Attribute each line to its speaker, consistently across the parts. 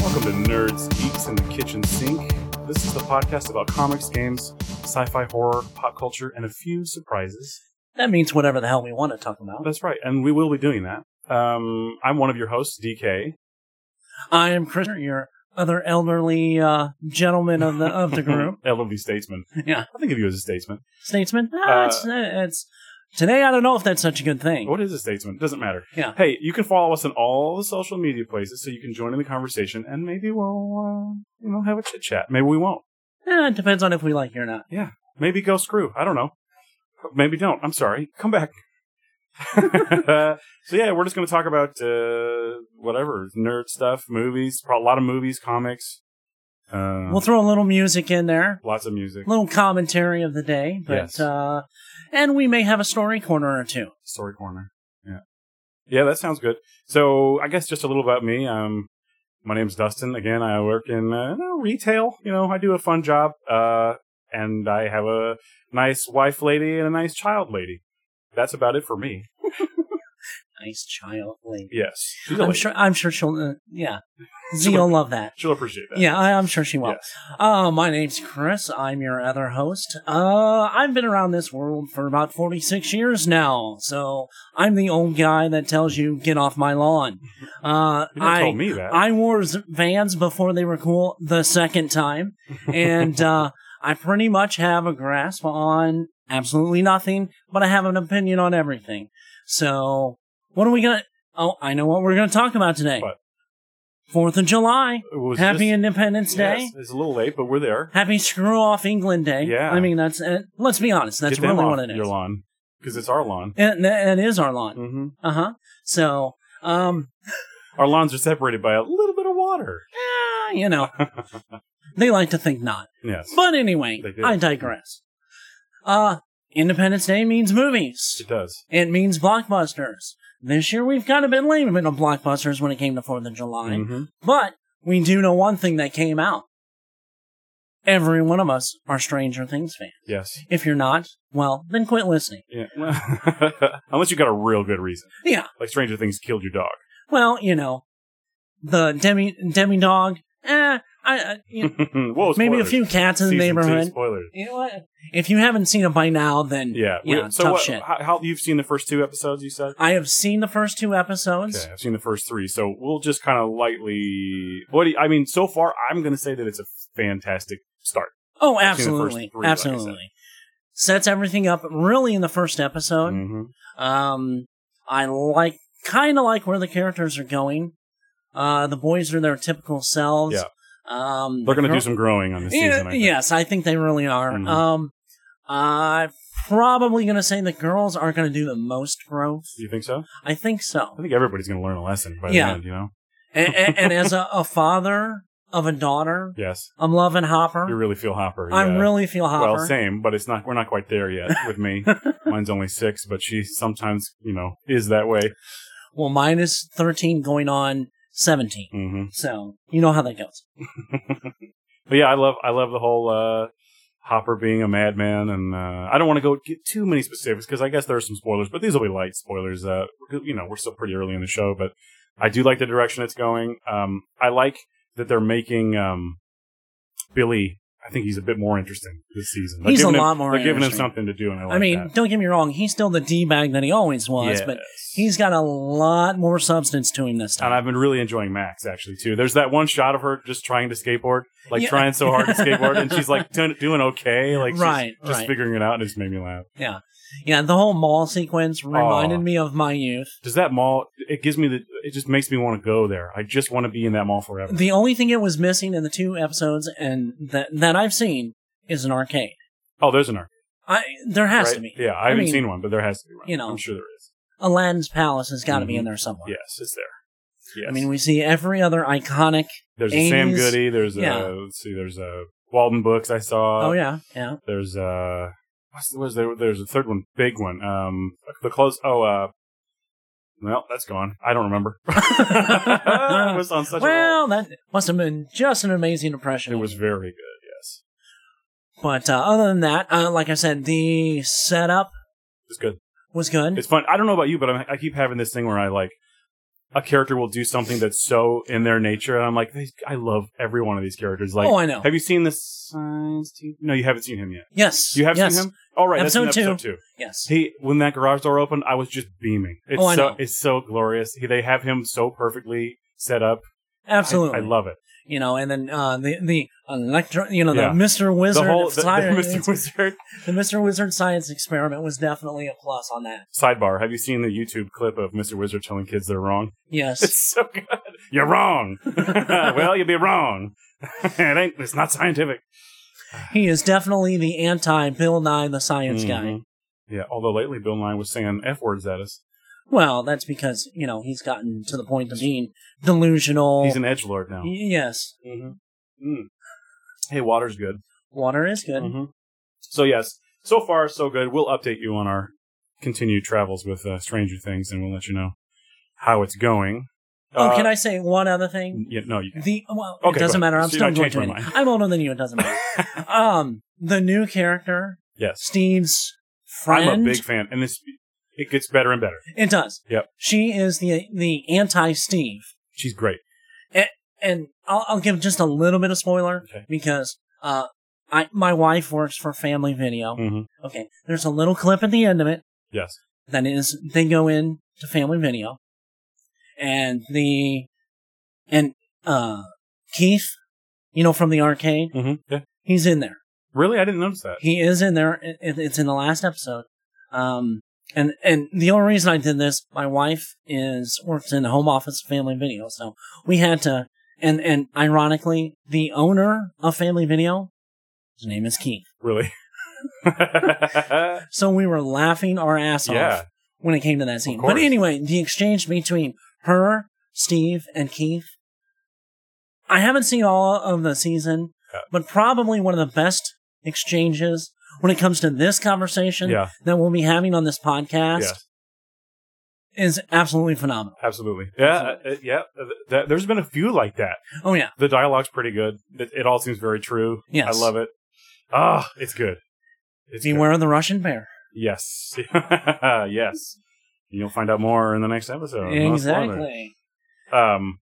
Speaker 1: welcome to Nerds, Geeks, and the Kitchen Sink. This is the podcast about comics, games, sci fi, horror, pop culture, and a few surprises.
Speaker 2: That means whatever the hell we want to talk about.
Speaker 1: That's right, and we will be doing that. Um, I'm one of your hosts, DK.
Speaker 2: I am Chris, your other elderly uh, gentleman of the of the group.
Speaker 1: Elderly statesman.
Speaker 2: Yeah.
Speaker 1: I think of you as a statesman.
Speaker 2: Statesman. Ah,
Speaker 1: Uh,
Speaker 2: it's, uh, it's today. I don't know if that's such a good thing.
Speaker 1: What is a statesman? Doesn't matter.
Speaker 2: Yeah.
Speaker 1: Hey, you can follow us on all the social media places so you can join in the conversation and maybe we'll, uh, you know, have a chit chat. Maybe we won't.
Speaker 2: Eh, it depends on if we like you or not.
Speaker 1: Maybe go screw. I don't know. Maybe don't. I'm sorry. Come back. so yeah, we're just going to talk about uh, whatever nerd stuff, movies, pro- a lot of movies, comics, uh,
Speaker 2: We'll throw a little music in there,
Speaker 1: lots of music,
Speaker 2: little commentary of the day, but
Speaker 1: Yes.
Speaker 2: uh, and we may have a story corner or two.
Speaker 1: story corner. Yeah, yeah, that sounds good. So I guess just a little about me. Um, my name's Dustin. Again, I work in uh, you know, retail. You know, I do a fun job, uh, and I have a nice wife, lady, and a nice child, lady. That's about it for me.
Speaker 2: Nice child lady.
Speaker 1: Yes, She's a
Speaker 2: I'm
Speaker 1: lady.
Speaker 2: sure. I'm sure she'll. Uh, yeah, Z'll love that.
Speaker 1: She'll appreciate that.
Speaker 2: Yeah, I, I'm sure she will.
Speaker 1: Yes.
Speaker 2: Uh, my name's Chris. I'm your other host. Uh, I've been around this world for about 46 years now, so I'm the old guy that tells you, get off my lawn. Uh,
Speaker 1: You never told
Speaker 2: I,
Speaker 1: me that.
Speaker 2: I wore Z- vans before they were cool the second time, and uh, I pretty much have a grasp on absolutely nothing, but I have an opinion on everything. So, what are we going to. Oh, I know what we're going to talk about today.
Speaker 1: What?
Speaker 2: Fourth of July.
Speaker 1: It was
Speaker 2: Happy
Speaker 1: just-
Speaker 2: Independence Day.
Speaker 1: Yes, it's a little late, but we're there.
Speaker 2: Happy Screw Off England Day.
Speaker 1: Yeah.
Speaker 2: I mean, that's, uh, let's be honest, that's
Speaker 1: Get them
Speaker 2: really
Speaker 1: off
Speaker 2: what it is.
Speaker 1: Your lawn, because it's our lawn.
Speaker 2: And that, that is our lawn.
Speaker 1: hmm
Speaker 2: Uh huh. So, um,
Speaker 1: Our lawns are separated by a little bit of water.
Speaker 2: eh, you know, they like to think not.
Speaker 1: Yes,
Speaker 2: But anyway,
Speaker 1: They do.
Speaker 2: I digress. Uh, Independence Day means movies.
Speaker 1: it does.
Speaker 2: It means blockbusters. This year we've kind of been lame on blockbusters when it came to 4th of July.
Speaker 1: Mhm.
Speaker 2: But we do know one thing that came out. Every one of us are Stranger Things fans.
Speaker 1: Yes.
Speaker 2: If you're not, well, then quit listening.
Speaker 1: Yeah. Unless you got a real good reason,
Speaker 2: Yeah.
Speaker 1: like Stranger Things killed your dog.
Speaker 2: Well, you know, the demi demi dog. Eh, I, I you know,
Speaker 1: Whoa,
Speaker 2: maybe a
Speaker 1: spoilers.
Speaker 2: few cats in the
Speaker 1: Hmm. Season two
Speaker 2: neighborhood.
Speaker 1: spoilers.
Speaker 2: You know what? If you haven't seen it by now, then
Speaker 1: Yeah. we-
Speaker 2: yeah,
Speaker 1: so
Speaker 2: tough
Speaker 1: what?
Speaker 2: shit.
Speaker 1: How, how you've seen the first two episodes? You said.
Speaker 2: I have seen the first two episodes.
Speaker 1: Okay, I've seen the first three, so we'll just kind of lightly. What do you, I mean, so far, I'm going to say that it's a fantastic start.
Speaker 2: Oh,
Speaker 1: I've seen the first
Speaker 2: absolutely,
Speaker 1: three, like I said.
Speaker 2: absolutely. Sets everything up really in the first episode.
Speaker 1: Mm-hmm.
Speaker 2: Um, I like kind of like where the characters are going. Uh, the boys are their typical selves.
Speaker 1: Yeah.
Speaker 2: Um,
Speaker 1: They're going
Speaker 2: the
Speaker 1: to
Speaker 2: girl-
Speaker 1: do some growing on this
Speaker 2: Yeah,
Speaker 1: season. I think.
Speaker 2: Yes, I think they really are.
Speaker 1: Mhm.
Speaker 2: Um, I'm probably going to say the girls are going to do the most growth.
Speaker 1: Do you think so?
Speaker 2: I think so.
Speaker 1: I think everybody's going to learn a lesson by the
Speaker 2: Yeah.
Speaker 1: end, you know?
Speaker 2: and, and, and as a, a father of a daughter,
Speaker 1: Yes.
Speaker 2: I'm loving Hopper.
Speaker 1: You really feel Hopper.
Speaker 2: I
Speaker 1: yeah.
Speaker 2: really feel Hopper.
Speaker 1: Well, same, but it's not. We're not quite there yet with me. Mine's only six, but she sometimes, you know, is that way.
Speaker 2: Well, mine is 13 going on 17.
Speaker 1: hmm
Speaker 2: So you know how that goes.
Speaker 1: But yeah, I love, I love the whole uh, Hopper being a madman, and uh, I don't want to go get too many specifics because I guess there are some spoilers, but these will be light spoilers. Uh, you know, we're still pretty early in the show, but I do like the direction it's going. Um, I like that they're making um, Billy. I think he's a bit more interesting this season. They're
Speaker 2: He's a
Speaker 1: giving him-
Speaker 2: lot more
Speaker 1: They're giving him
Speaker 2: interesting.
Speaker 1: something to do, and I, like
Speaker 2: I mean,
Speaker 1: that.
Speaker 2: don't get me wrong, he's still the D bag that he always was, but
Speaker 1: Yes.
Speaker 2: he's got a lot more substance to him this
Speaker 1: and
Speaker 2: time.
Speaker 1: I've been really enjoying Max actually too. There's that one shot of her just trying to skateboard, like
Speaker 2: Yeah.
Speaker 1: trying so hard to skateboard, and she's like doing, doing okay, like she's
Speaker 2: Right,
Speaker 1: just
Speaker 2: right.
Speaker 1: figuring it out, and it just made me laugh.
Speaker 2: yeah, the whole mall sequence reminded
Speaker 1: Aw.
Speaker 2: me of my youth.
Speaker 1: Does that mall? It gives me the. It just makes me want to go there. I just want to be in that mall forever.
Speaker 2: The only thing it was missing in the two episodes and that that I've seen is an arcade.
Speaker 1: oh, there's an arc.
Speaker 2: I there has to
Speaker 1: right?
Speaker 2: be.
Speaker 1: Yeah, I, haven't
Speaker 2: mean,
Speaker 1: seen one, but there has to be one.
Speaker 2: you know.
Speaker 1: I'm sure there is.
Speaker 2: Aladdin's Palace has got to be
Speaker 1: Mhm.
Speaker 2: in there somewhere.
Speaker 1: Yes, it's there. Yes.
Speaker 2: I mean, we see every other iconic.
Speaker 1: there's a Sam
Speaker 2: 80s
Speaker 1: Goody. There's
Speaker 2: yeah.
Speaker 1: a. Let's see. There's a Walden Books. I saw.
Speaker 2: oh yeah, yeah.
Speaker 1: There's uh what's was there there's a third one, big one. Um the close oh uh well, that's gone. I don't remember. it was on such a
Speaker 2: Well, that must have been just an amazing impression.
Speaker 1: roll. It was very good, yes.
Speaker 2: But uh, other than that, uh, like I said, the setup
Speaker 1: It's good.
Speaker 2: was good.
Speaker 1: It's fun. I don't know about you, but I'm, I keep having this thing where I like a character will do something that's so in their nature, and I'm like, "These- I love every one of these characters. Like,
Speaker 2: oh, I know.
Speaker 1: have you seen the signs? TV? No, you haven't seen him yet.
Speaker 2: yes.
Speaker 1: You have
Speaker 2: yes,
Speaker 1: seen him. All right, that's in
Speaker 2: Episode
Speaker 1: episode two.
Speaker 2: Yes.
Speaker 1: He when that garage door opened, I was just beaming. It's
Speaker 2: Oh, I
Speaker 1: so
Speaker 2: know.
Speaker 1: it's so glorious. He, they have him so perfectly set up. I-
Speaker 2: Absolutely.
Speaker 1: I, love it.
Speaker 2: you know, and then uh, the the electro, you know,
Speaker 1: Yeah.
Speaker 2: the Mister Wizard,
Speaker 1: the whole
Speaker 2: sci-
Speaker 1: the, the Mr. Wizard
Speaker 2: the Mr. Wizard science experiment was definitely a plus on that.
Speaker 1: sidebar. Have you seen the YouTube clip of Mr. Wizard telling kids they're wrong?
Speaker 2: Yes.
Speaker 1: It's so good. You're wrong. well, you'll be wrong. it ain't. It's not scientific.
Speaker 2: he is definitely the anti Bill Nye the Science Guy.
Speaker 1: Mhm. Yeah. Although lately Bill Nye was saying f words at us.
Speaker 2: Well, that's because you know he's gotten to the point of being delusional.
Speaker 1: He's an edge lord now.
Speaker 2: Y- yes,
Speaker 1: Mm-hmm. Mm. Hey, water's good.
Speaker 2: water is good.
Speaker 1: Mhm. So yes, so far so good. We'll update you on our continued travels with uh, Stranger Things, and we'll let you know how it's going.
Speaker 2: Oh,
Speaker 1: Uh,
Speaker 2: can I say one other thing?
Speaker 1: Yeah, no, you can.
Speaker 2: The well,
Speaker 1: Okay,
Speaker 2: it doesn't
Speaker 1: go ahead.
Speaker 2: matter. I'm
Speaker 1: See, I
Speaker 2: still going
Speaker 1: changed
Speaker 2: to.
Speaker 1: my
Speaker 2: it.
Speaker 1: mind.
Speaker 2: I'm older than you. It doesn't matter. um, the new character,
Speaker 1: Yes,
Speaker 2: Steve's friend.
Speaker 1: I'm a big fan, and it's it gets better and better.
Speaker 2: It does.
Speaker 1: Yep.
Speaker 2: She is the the anti Steve,
Speaker 1: She's great.
Speaker 2: and I'll, I'll give just a little bit of spoiler
Speaker 1: Okay.
Speaker 2: because uh, I my wife works for Family Video.
Speaker 1: hmm
Speaker 2: Okay, there's a little clip at the end of it
Speaker 1: Yes,
Speaker 2: that is they go in to Family Video, and the and uh Keith, you know from the arcade,
Speaker 1: hmm yeah.
Speaker 2: he's in there.
Speaker 1: Really, I didn't notice that.
Speaker 2: He is in there. It, it- it's in the last episode. Um, and and the only reason I did this, my wife is works in home office family video, so we had to. And and ironically, the owner of Family Video, his name is Keith.
Speaker 1: Really. yeah.
Speaker 2: So we were laughing our ass off when it came to that scene. But
Speaker 1: course.
Speaker 2: anyway, the exchange between her, Steve, and Keith. I haven't seen all of the season,
Speaker 1: Yeah.
Speaker 2: but probably one of the best exchanges when it comes to this conversation
Speaker 1: Yeah.
Speaker 2: that we'll be having on this podcast
Speaker 1: Yes.
Speaker 2: is absolutely phenomenal.
Speaker 1: Absolutely. Yeah. uh, uh, yeah. uh, th- There's been a few like that.
Speaker 2: Oh yeah,
Speaker 1: The dialogue's pretty good. It, it all seems very true.
Speaker 2: yes.
Speaker 1: I love it. Ah, it's good. It's good.
Speaker 2: Beware of the Russian bear.
Speaker 1: Yes. yes. And You'll find out more in the next episode. No spoiler.
Speaker 2: exactly.
Speaker 1: Um,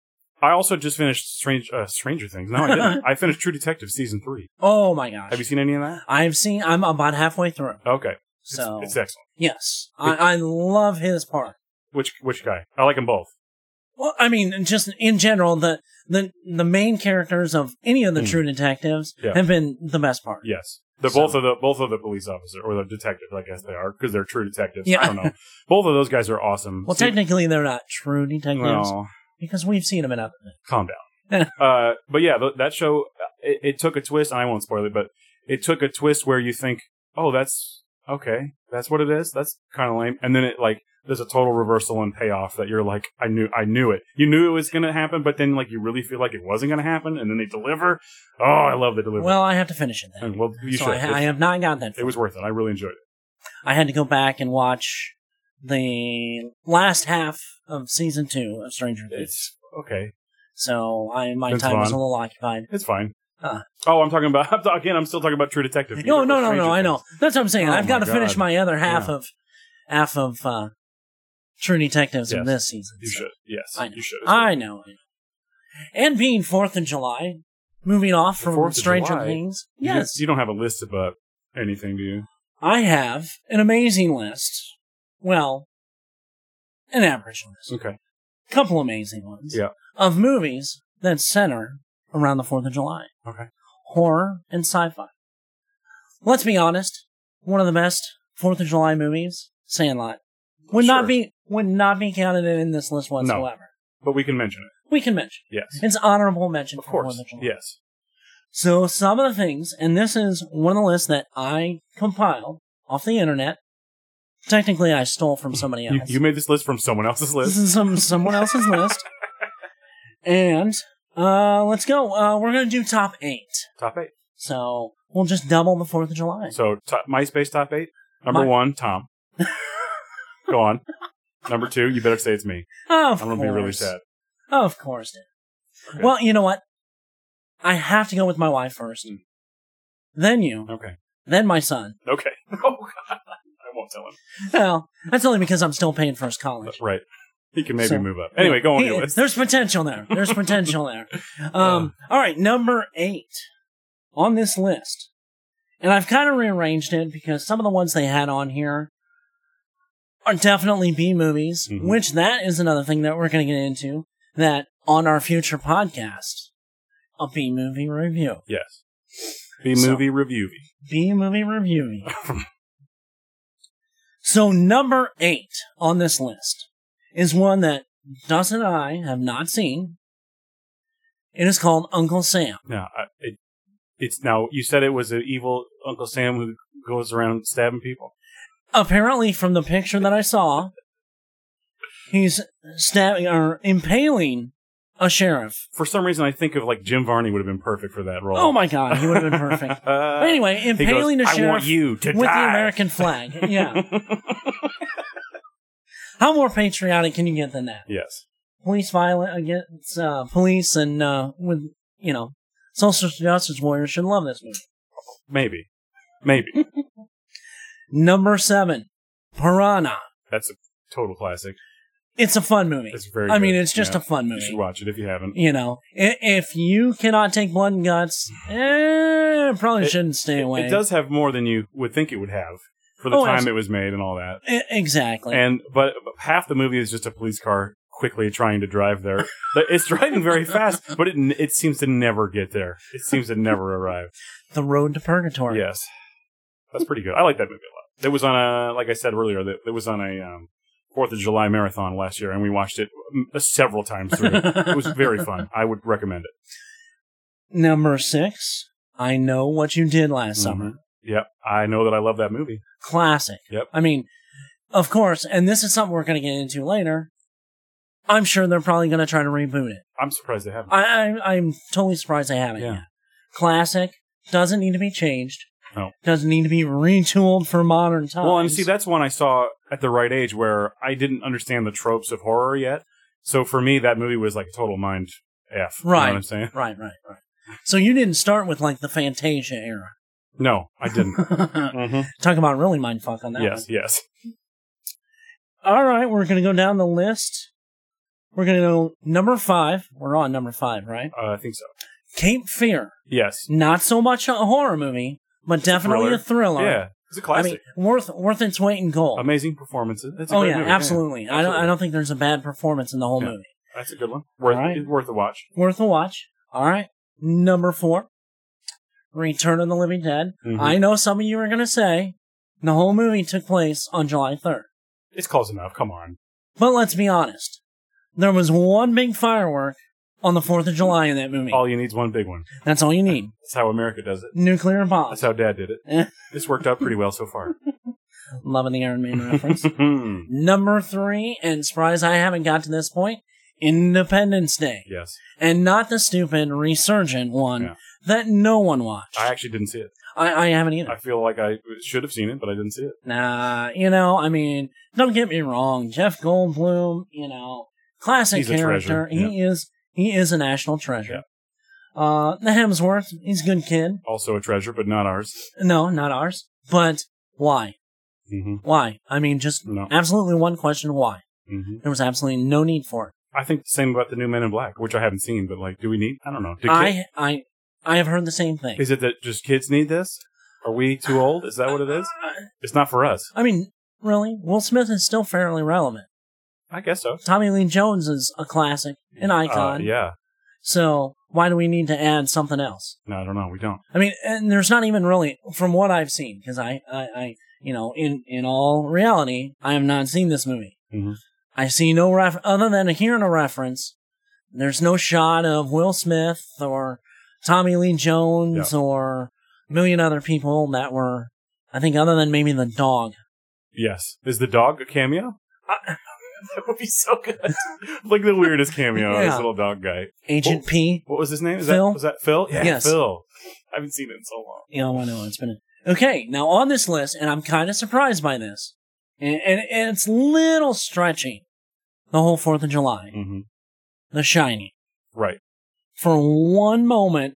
Speaker 1: I also just finished Strange uh, Stranger Things. No, I didn't. I finished True Detective season three.
Speaker 2: Oh my gosh.
Speaker 1: Have you seen any of that?
Speaker 2: I've seen. I'm about halfway through.
Speaker 1: Okay. It's-
Speaker 2: So
Speaker 1: it's, excellent.
Speaker 2: yes, I, I love his part.
Speaker 1: Which which guy? I like them both.
Speaker 2: Well, I mean, just in general, the the the main characters of any of the
Speaker 1: Hmm.
Speaker 2: True Detectives
Speaker 1: Yeah.
Speaker 2: have been the best part.
Speaker 1: Yes. They're
Speaker 2: So-
Speaker 1: both of the both of the police officer or the detective, I guess they are, because they're true detectives.
Speaker 2: Yeah.
Speaker 1: I don't know. both of those guys are awesome.
Speaker 2: Well,
Speaker 1: See-
Speaker 2: technically, they're not true detectives
Speaker 1: No.
Speaker 2: because we've seen them in other things.
Speaker 1: calm down. uh, but yeah, th- that show uh, it, it took a twist. and I won't spoil it, but it took a twist where you think, "Oh, that's okay. That's what it is. That's kind of lame." And then it like there's a total reversal and payoff that you're like, "I knew, I knew it. You knew it was gonna happen, but then like you really feel like it wasn't gonna happen, and then they deliver. Oh, I love the delivery.
Speaker 2: Well, I have to finish it then.
Speaker 1: and, well you
Speaker 2: so
Speaker 1: should.
Speaker 2: I, ha-
Speaker 1: It's-
Speaker 2: I have not got that.
Speaker 1: it
Speaker 2: far.
Speaker 1: was worth it. I really enjoyed it.
Speaker 2: I had to go back and watch the last half of season two of Stranger Things.
Speaker 1: It's okay.
Speaker 2: So I my
Speaker 1: That's
Speaker 2: time was a
Speaker 1: fine.
Speaker 2: little occupied.
Speaker 1: It's fine.
Speaker 2: Huh.
Speaker 1: Oh, I'm talking about again. I'm still talking about True Detective.
Speaker 2: Oh, No, no, no,
Speaker 1: Stranger
Speaker 2: no. I
Speaker 1: Things.
Speaker 2: know. That's what I'm saying.
Speaker 1: Oh
Speaker 2: I've got to
Speaker 1: my
Speaker 2: finish
Speaker 1: God.
Speaker 2: my other half
Speaker 1: Yeah.
Speaker 2: of half of uh, True Detectives of
Speaker 1: Yes.
Speaker 2: this season.
Speaker 1: You
Speaker 2: so.
Speaker 1: should. Yes,
Speaker 2: I know.
Speaker 1: you should.
Speaker 2: I know. I know. And being Fourth of July, moving off
Speaker 1: The
Speaker 2: from
Speaker 1: 4th of
Speaker 2: Stranger
Speaker 1: July?
Speaker 2: Things.
Speaker 1: You
Speaker 2: Yes,
Speaker 1: don't- You don't have a list about anything, do you?
Speaker 2: I have an amazing list. Well, an average list,
Speaker 1: Okay. Mm.
Speaker 2: a couple amazing ones.
Speaker 1: Yeah.
Speaker 2: Of movies that center around the Fourth of July,
Speaker 1: Okay.
Speaker 2: horror and sci-fi. Let's be honest. One of the best Fourth of July movies, Sandlot, would
Speaker 1: Sure.
Speaker 2: not be would not be counted in this list whatsoever.
Speaker 1: But we can mention it.
Speaker 2: We can mention.
Speaker 1: Yes.
Speaker 2: It's honorable mention
Speaker 1: Of
Speaker 2: for Fourth
Speaker 1: course.
Speaker 2: of July.
Speaker 1: Yes.
Speaker 2: So some of the things, and this is one of the lists that I compiled off the internet. Technically, I stole from somebody
Speaker 1: You,
Speaker 2: else.
Speaker 1: you made this list from someone else's
Speaker 2: this
Speaker 1: list.
Speaker 2: is some someone else's list. And uh, let's go. Uh, we're gonna do top eight.
Speaker 1: Top eight.
Speaker 2: So we'll just double the Fourth of July.
Speaker 1: So top, MySpace top eight. Number
Speaker 2: My-
Speaker 1: one, Tom. Go on. Number two, you better say it's me.
Speaker 2: Of
Speaker 1: I'm gonna be really
Speaker 2: course.
Speaker 1: sad.
Speaker 2: Of course. dude.
Speaker 1: Okay.
Speaker 2: Well, you know what? I have to go with my wife first,
Speaker 1: Mm.
Speaker 2: then you,
Speaker 1: Okay.
Speaker 2: then my son.
Speaker 1: Okay. Oh God. I won't tell him.
Speaker 2: Well, that's only because I'm still paying for his college.
Speaker 1: Right. He can maybe
Speaker 2: So-
Speaker 1: move up. Anyway, go on.
Speaker 2: He-
Speaker 1: Joe. It's-
Speaker 2: there's potential there. There's potential there. Um, all right, number eight on this list, and I've kind of rearranged it because some of the ones they had on here are definitely B movies,
Speaker 1: Mhm.
Speaker 2: which that is another thing that we're going to get into. That on our future podcast, a B movie review,
Speaker 1: yes. B
Speaker 2: So-
Speaker 1: movie review.
Speaker 2: B movie review. So number eight on this list is one that Dust and I have not seen. It is called Uncle Sam.
Speaker 1: No, I, it, it's now. You said it was an evil Uncle Sam who goes around stabbing people.
Speaker 2: Apparently, from the picture that I saw, he's stabbing or impaling a sheriff.
Speaker 1: For some reason, I think of like Jim Varney would have been perfect for that role. Uh,
Speaker 2: Oh my god, he would have been perfect. But anyway,
Speaker 1: He goes,
Speaker 2: impaling a
Speaker 1: I
Speaker 2: sheriff
Speaker 1: want you to
Speaker 2: with
Speaker 1: die.
Speaker 2: the American flag. Yeah. How more patriotic can you get than that?
Speaker 1: Yes.
Speaker 2: police violence against uh, police and uh, with you know social justice warriors should love this movie.
Speaker 1: Maybe. Maybe.
Speaker 2: Number seven, Piranha.
Speaker 1: That's a total classic.
Speaker 2: It's a fun movie.
Speaker 1: It's very.
Speaker 2: I mean,
Speaker 1: good.
Speaker 2: it's just
Speaker 1: Yeah.
Speaker 2: a fun
Speaker 1: You should
Speaker 2: movie.
Speaker 1: watch it if you haven't.
Speaker 2: You know, I- if you cannot take blood and guts, eh, probably
Speaker 1: It-
Speaker 2: shouldn't stay away.
Speaker 1: It does have more than you would think it would have for the
Speaker 2: Oh,
Speaker 1: time
Speaker 2: abso-
Speaker 1: it was made and all that.
Speaker 2: I- E, exactly.
Speaker 1: And but but half the movie is just a police car quickly trying to drive there. But it's driving very fast, but it n- it seems to never get there. It seems to never arrive.
Speaker 2: the Road to Purgatory.
Speaker 1: Yes, that's pretty good. I like that movie a lot. It was on a like I said earlier that it was on a um, Fourth of July marathon last year, and we watched it mm, several times through. it was very fun. I would recommend it.
Speaker 2: Number six, I Know What You Did
Speaker 1: Mm-hmm.
Speaker 2: Last Summer.
Speaker 1: Yep, I know that I love that movie.
Speaker 2: classic.
Speaker 1: Yep.
Speaker 2: I mean, of course, and this is something we're going to get into later. I'm sure they're probably going to try to reboot it.
Speaker 1: I'm surprised they haven't.
Speaker 2: I, I I'm totally surprised they haven't.
Speaker 1: Yeah.
Speaker 2: Yet. Classic doesn't need to be changed.
Speaker 1: No.
Speaker 2: Doesn't need to be retooled for modern times.
Speaker 1: Well, and see, that's one I saw at the right age where I didn't understand the tropes of horror yet. So for me, that movie was like a total mind f. You know
Speaker 2: Right.
Speaker 1: what I'm saying?
Speaker 2: right, right, right. So you didn't start with like the Fantasia era.
Speaker 1: No, I didn't. hmm
Speaker 2: Talk about really mindfuck on that.
Speaker 1: Yes, yes.
Speaker 2: One. All right, we're going to go down the list. We're going to go number five. We're on number five, right?
Speaker 1: Uh, I think so.
Speaker 2: Cape Fear.
Speaker 1: Yes.
Speaker 2: not so much a horror movie, but definitely a thriller.
Speaker 1: Yeah. It's a
Speaker 2: I
Speaker 1: classic.
Speaker 2: mean, worth worth its weight in gold.
Speaker 1: Amazing performances. That's a
Speaker 2: oh
Speaker 1: great
Speaker 2: yeah,
Speaker 1: movie.
Speaker 2: absolutely. I don't I
Speaker 1: absolutely.
Speaker 2: don't think there's a bad performance in the whole
Speaker 1: Yeah.
Speaker 2: movie.
Speaker 1: That's a good one. Worth,
Speaker 2: All right.
Speaker 1: it's worth a watch.
Speaker 2: Worth a watch. All right, number four, Return of the Living Dead.
Speaker 1: Mhm.
Speaker 2: I know some of you are gonna say the whole movie took place on July 3rd,
Speaker 1: It's close enough. Come on.
Speaker 2: but let's be honest, there was one big firework on the 4th of July in that movie.
Speaker 1: All you need is one big one.
Speaker 2: That's all you need.
Speaker 1: Oh. That's how America does it.
Speaker 2: Nuclear bomb.
Speaker 1: That's how Dad did it.
Speaker 2: Eh,
Speaker 1: This worked out pretty well so far.
Speaker 2: Loving the Iron Man reference.
Speaker 1: Hmm.
Speaker 2: Number three, and surprise, I haven't got to this point. Independence Day,
Speaker 1: yes.
Speaker 2: and not the stupid resurgent one
Speaker 1: Yeah.
Speaker 2: that no one watched.
Speaker 1: I
Speaker 2: I,
Speaker 1: actually didn't see it.
Speaker 2: I, haven't either.
Speaker 1: I feel like I should have seen it, but I didn't see it.
Speaker 2: nah, you know, I mean, don't get me wrong, Jeff Goldblum, you know, classic
Speaker 1: He's a
Speaker 2: character.
Speaker 1: treasure,
Speaker 2: He is he is a national treasure.
Speaker 1: Yeah.
Speaker 2: Uh, the Hemsworth, he's a good kid.
Speaker 1: Also a treasure, but not ours.
Speaker 2: No, not ours. But why?
Speaker 1: Mm-hmm.
Speaker 2: Why? I mean, just
Speaker 1: No.
Speaker 2: absolutely one question: why?
Speaker 1: Mm-hmm.
Speaker 2: There was absolutely no need for it.
Speaker 1: I think the same about the new Men in Black, which I haven't seen, but like, do we need? I don't know. Do
Speaker 2: I I I have heard the same thing.
Speaker 1: kid- is it that just kids need this? Are we too old? Is that what it is?
Speaker 2: Uh,
Speaker 1: It's not for us.
Speaker 2: I mean, really, Will Smith is still fairly relevant.
Speaker 1: I guess so.
Speaker 2: Tommy Lee Jones is a classic, an icon.
Speaker 1: Uh, yeah.
Speaker 2: So why do we need to add something else?
Speaker 1: No, I don't know. We don't.
Speaker 2: I mean, and there's not even really, from what I've seen, because I, I, I, you know, in in all reality, I have not seen this movie.
Speaker 1: Mhm.
Speaker 2: I see no ref other than hearing a reference. There's no shot of Will Smith or Tommy Lee Jones or a million other people that were, I think, other than maybe the dog.
Speaker 1: Yes. Is the dog a cameo?
Speaker 2: I-
Speaker 1: that would be so good. like the weirdest cameo.
Speaker 2: Yeah.
Speaker 1: This little dog guy.
Speaker 2: Agent
Speaker 1: Well-
Speaker 2: P.
Speaker 1: What was his name? Is
Speaker 2: Phil?
Speaker 1: that was that Phil? Yeah,
Speaker 2: Yes.
Speaker 1: Phil. I haven't seen it in so long.
Speaker 2: You know, I know it's been okay. Now on this list, and I'm kind of surprised by this, and, and, and it's little stretching. The whole Fourth of July,
Speaker 1: Mm-hmm.
Speaker 2: The Shining,
Speaker 1: Right.
Speaker 2: for one moment,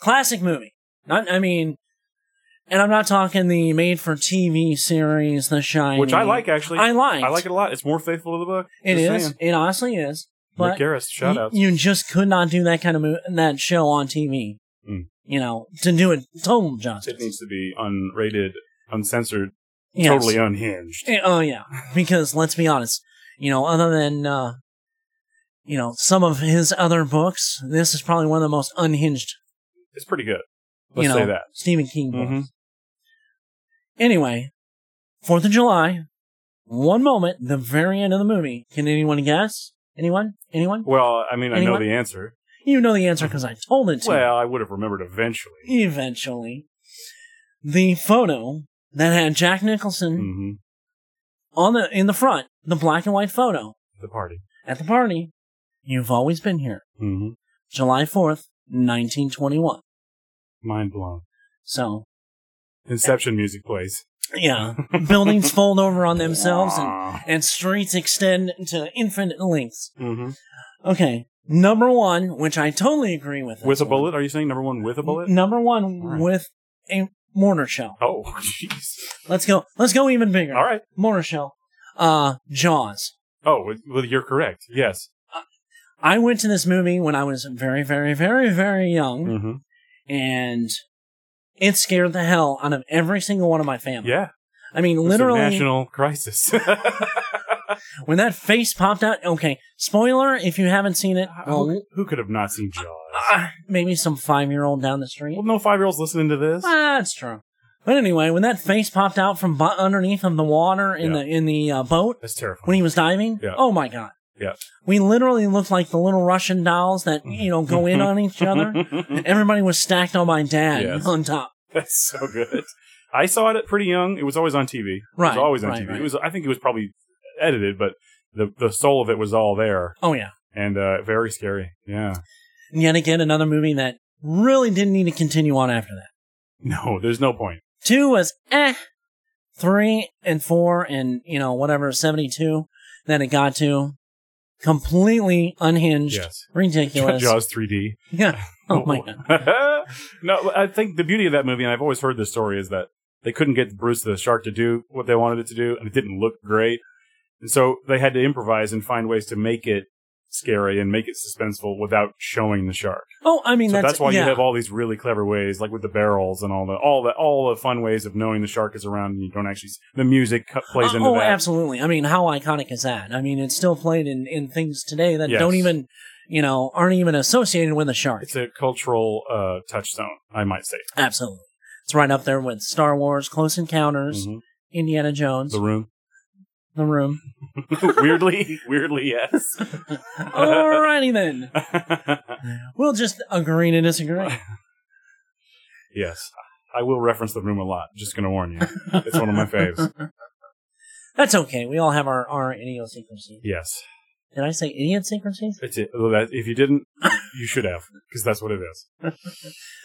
Speaker 2: classic movie. Not, I mean, And I'm not talking the made for TV series, The Shining.
Speaker 1: which I like actually.
Speaker 2: I like.
Speaker 1: I like it a lot. It's more faithful to the book.
Speaker 2: It
Speaker 1: Just
Speaker 2: is.
Speaker 1: saying.
Speaker 2: It honestly is. But
Speaker 1: Rick Garris, shout
Speaker 2: y-
Speaker 1: outs.
Speaker 2: you just could not do that kind of mo- that show on TV.
Speaker 1: Mm.
Speaker 2: You know, to do it total justice.
Speaker 1: It needs to be unrated, uncensored,
Speaker 2: Yes.
Speaker 1: totally unhinged.
Speaker 2: Eh, Oh yeah, because let's be honest, you know, other than uh, you know some of his other books, this is probably one of the most unhinged.
Speaker 1: It's pretty good.
Speaker 2: You
Speaker 1: Let's
Speaker 2: know,
Speaker 1: say that.
Speaker 2: Stephen King books.
Speaker 1: Mhm.
Speaker 2: Anyway, Fourth of July. One moment, the very end of the movie. Can anyone guess? Anyone? Anyone?
Speaker 1: Well, I mean, I
Speaker 2: Anyone?
Speaker 1: know the answer.
Speaker 2: You know the answer because I told it to. you.
Speaker 1: Well, I would have remembered eventually.
Speaker 2: Eventually, the photo that had Jack Nicholson
Speaker 1: hmm
Speaker 2: on the in the front, the black and white photo
Speaker 1: The party.
Speaker 2: at the party. You've always been here.
Speaker 1: hmm
Speaker 2: July 4th, 1921.
Speaker 1: Mind blown.
Speaker 2: So,
Speaker 1: Inception music plays.
Speaker 2: yeah, buildings fold over on themselves and,
Speaker 1: mm-hmm.
Speaker 2: and streets extend to infinite lengths. Okay, number one, which I totally agree with.
Speaker 1: With
Speaker 2: this
Speaker 1: a
Speaker 2: one.
Speaker 1: bullet? Are you saying number one with a bullet?
Speaker 2: Number one
Speaker 1: All right.
Speaker 2: with a mortar shell.
Speaker 1: Oh, jeez.
Speaker 2: Let's go. Let's go even bigger.
Speaker 1: All right.
Speaker 2: Mortar shell. Uh, Jaws.
Speaker 1: Oh, well- well, you're correct. Yes.
Speaker 2: I went to this movie when I was very, very, very, very young,
Speaker 1: hmm
Speaker 2: and it scared the hell out of every single one of my family.
Speaker 1: Yeah.
Speaker 2: I mean,
Speaker 1: It's a
Speaker 2: literally.
Speaker 1: national crisis.
Speaker 2: When that face popped out, okay, spoiler if you haven't seen it, well,
Speaker 1: who, who could have not seen Jaws?
Speaker 2: ah, maybe some five year old down the street.
Speaker 1: well, no five year olds listening to this.
Speaker 2: Ah, that's true. But anyway, when that face popped out from bu- underneath of the water in
Speaker 1: Yeah.
Speaker 2: the in the uh, boat
Speaker 1: That's terrifying.
Speaker 2: when he was diving,
Speaker 1: Yeah.
Speaker 2: oh my god,
Speaker 1: Yeah. Mm-hmm.
Speaker 2: we literally looked like the little Russian dolls that you know go in on each other. Everybody was stacked on my dad
Speaker 1: Yes.
Speaker 2: on top.
Speaker 1: That's so good. I saw it at pretty young. It was always on TV. It
Speaker 2: Right,
Speaker 1: was always on
Speaker 2: right,
Speaker 1: TV.
Speaker 2: right.
Speaker 1: It was. I think it was probably edited, but the the soul of it was all there
Speaker 2: Oh yeah,
Speaker 1: and uh, very scary. Yeah.
Speaker 2: and yet again another movie that really didn't need to continue on after that.
Speaker 1: No, there's no point.
Speaker 2: Two was eh. Three and four and you know whatever seventy two that it got to, completely unhinged,
Speaker 1: Yes.
Speaker 2: ridiculous.
Speaker 1: Jaws 3D.
Speaker 2: Yeah. Oh my god.
Speaker 1: god. no, I think the beauty of that movie, and I've always heard this story, is that they couldn't get Bruce the shark to do what they wanted it to do, and it didn't look great, and so they had to improvise and find ways to make it scary and make it suspenseful without showing the shark.
Speaker 2: Oh, I mean
Speaker 1: so
Speaker 2: that's
Speaker 1: that's, why
Speaker 2: yeah.
Speaker 1: you have all these really clever ways, like with the barrels and all the all the all the fun ways of knowing the shark is around, and you don't actually see, the music cu- plays
Speaker 2: Uh,
Speaker 1: into
Speaker 2: oh,
Speaker 1: that.
Speaker 2: absolutely. I mean, how iconic is that? I mean, it's still played in, in things today that
Speaker 1: Yes.
Speaker 2: don't even, you know, aren't even associated with a shark.
Speaker 1: It's a cultural uh, touchstone, I might say.
Speaker 2: Absolutely. It's right up there with Star Wars, Close Encounters,
Speaker 1: Mhm.
Speaker 2: Indiana Jones,
Speaker 1: The
Speaker 2: The,
Speaker 1: room,
Speaker 2: Room.
Speaker 1: weirdly, weirdly, yes.
Speaker 2: Alrighty then. We'll just agree to disagree.
Speaker 1: Yes. I will reference the room a lot. Just going to warn you. It's one of my faves.
Speaker 2: That's okay. We all have our, our idiosyncrasy.
Speaker 1: Yes.
Speaker 2: Did I say idiosyncrasies?
Speaker 1: It's it. Well, that- If you didn't, you should have, because that's what it is.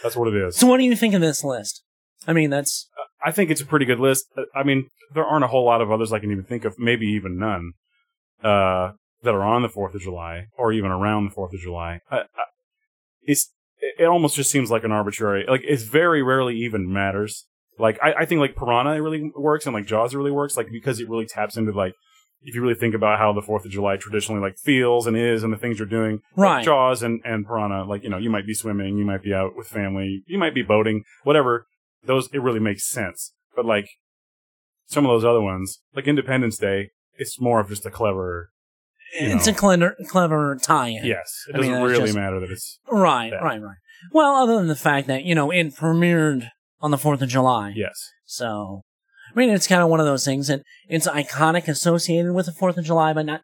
Speaker 1: That's what it is.
Speaker 2: So, what do you think of this list? I mean, that's
Speaker 1: I think it's a pretty good list. Uh, I mean, there aren't a whole lot of others I can even think of, maybe even none, uh, that are on the 4th of July or even around the 4th of July. I, I, it's, it almost just seems like an arbitrary, like, it's very rarely even matters. Like, I, I think, like, Piranha really works and, like, Jaws really works, like, because it really taps into, like, if you really think about how the 4th of July traditionally, like, feels and is and the things you're doing,
Speaker 2: right.
Speaker 1: Jaws and, and Piranha, like, you know, you might be swimming, you might be out with family, you might be boating, whatever. Those, it really makes sense. But like, some of those other ones, like Independence Day, it's more of just a clever, you
Speaker 2: It's
Speaker 1: know.
Speaker 2: a clever, clever tie in.
Speaker 1: yes. It
Speaker 2: I mean,
Speaker 1: doesn't
Speaker 2: that's
Speaker 1: really
Speaker 2: just-
Speaker 1: matter that it's,
Speaker 2: Right,
Speaker 1: that.
Speaker 2: right, right. Well, other than the fact that, you know, it premiered on the 4th of July.
Speaker 1: yes.
Speaker 2: So, I mean, it's kind of one of those things that it's iconic associated with the 4th of July, but not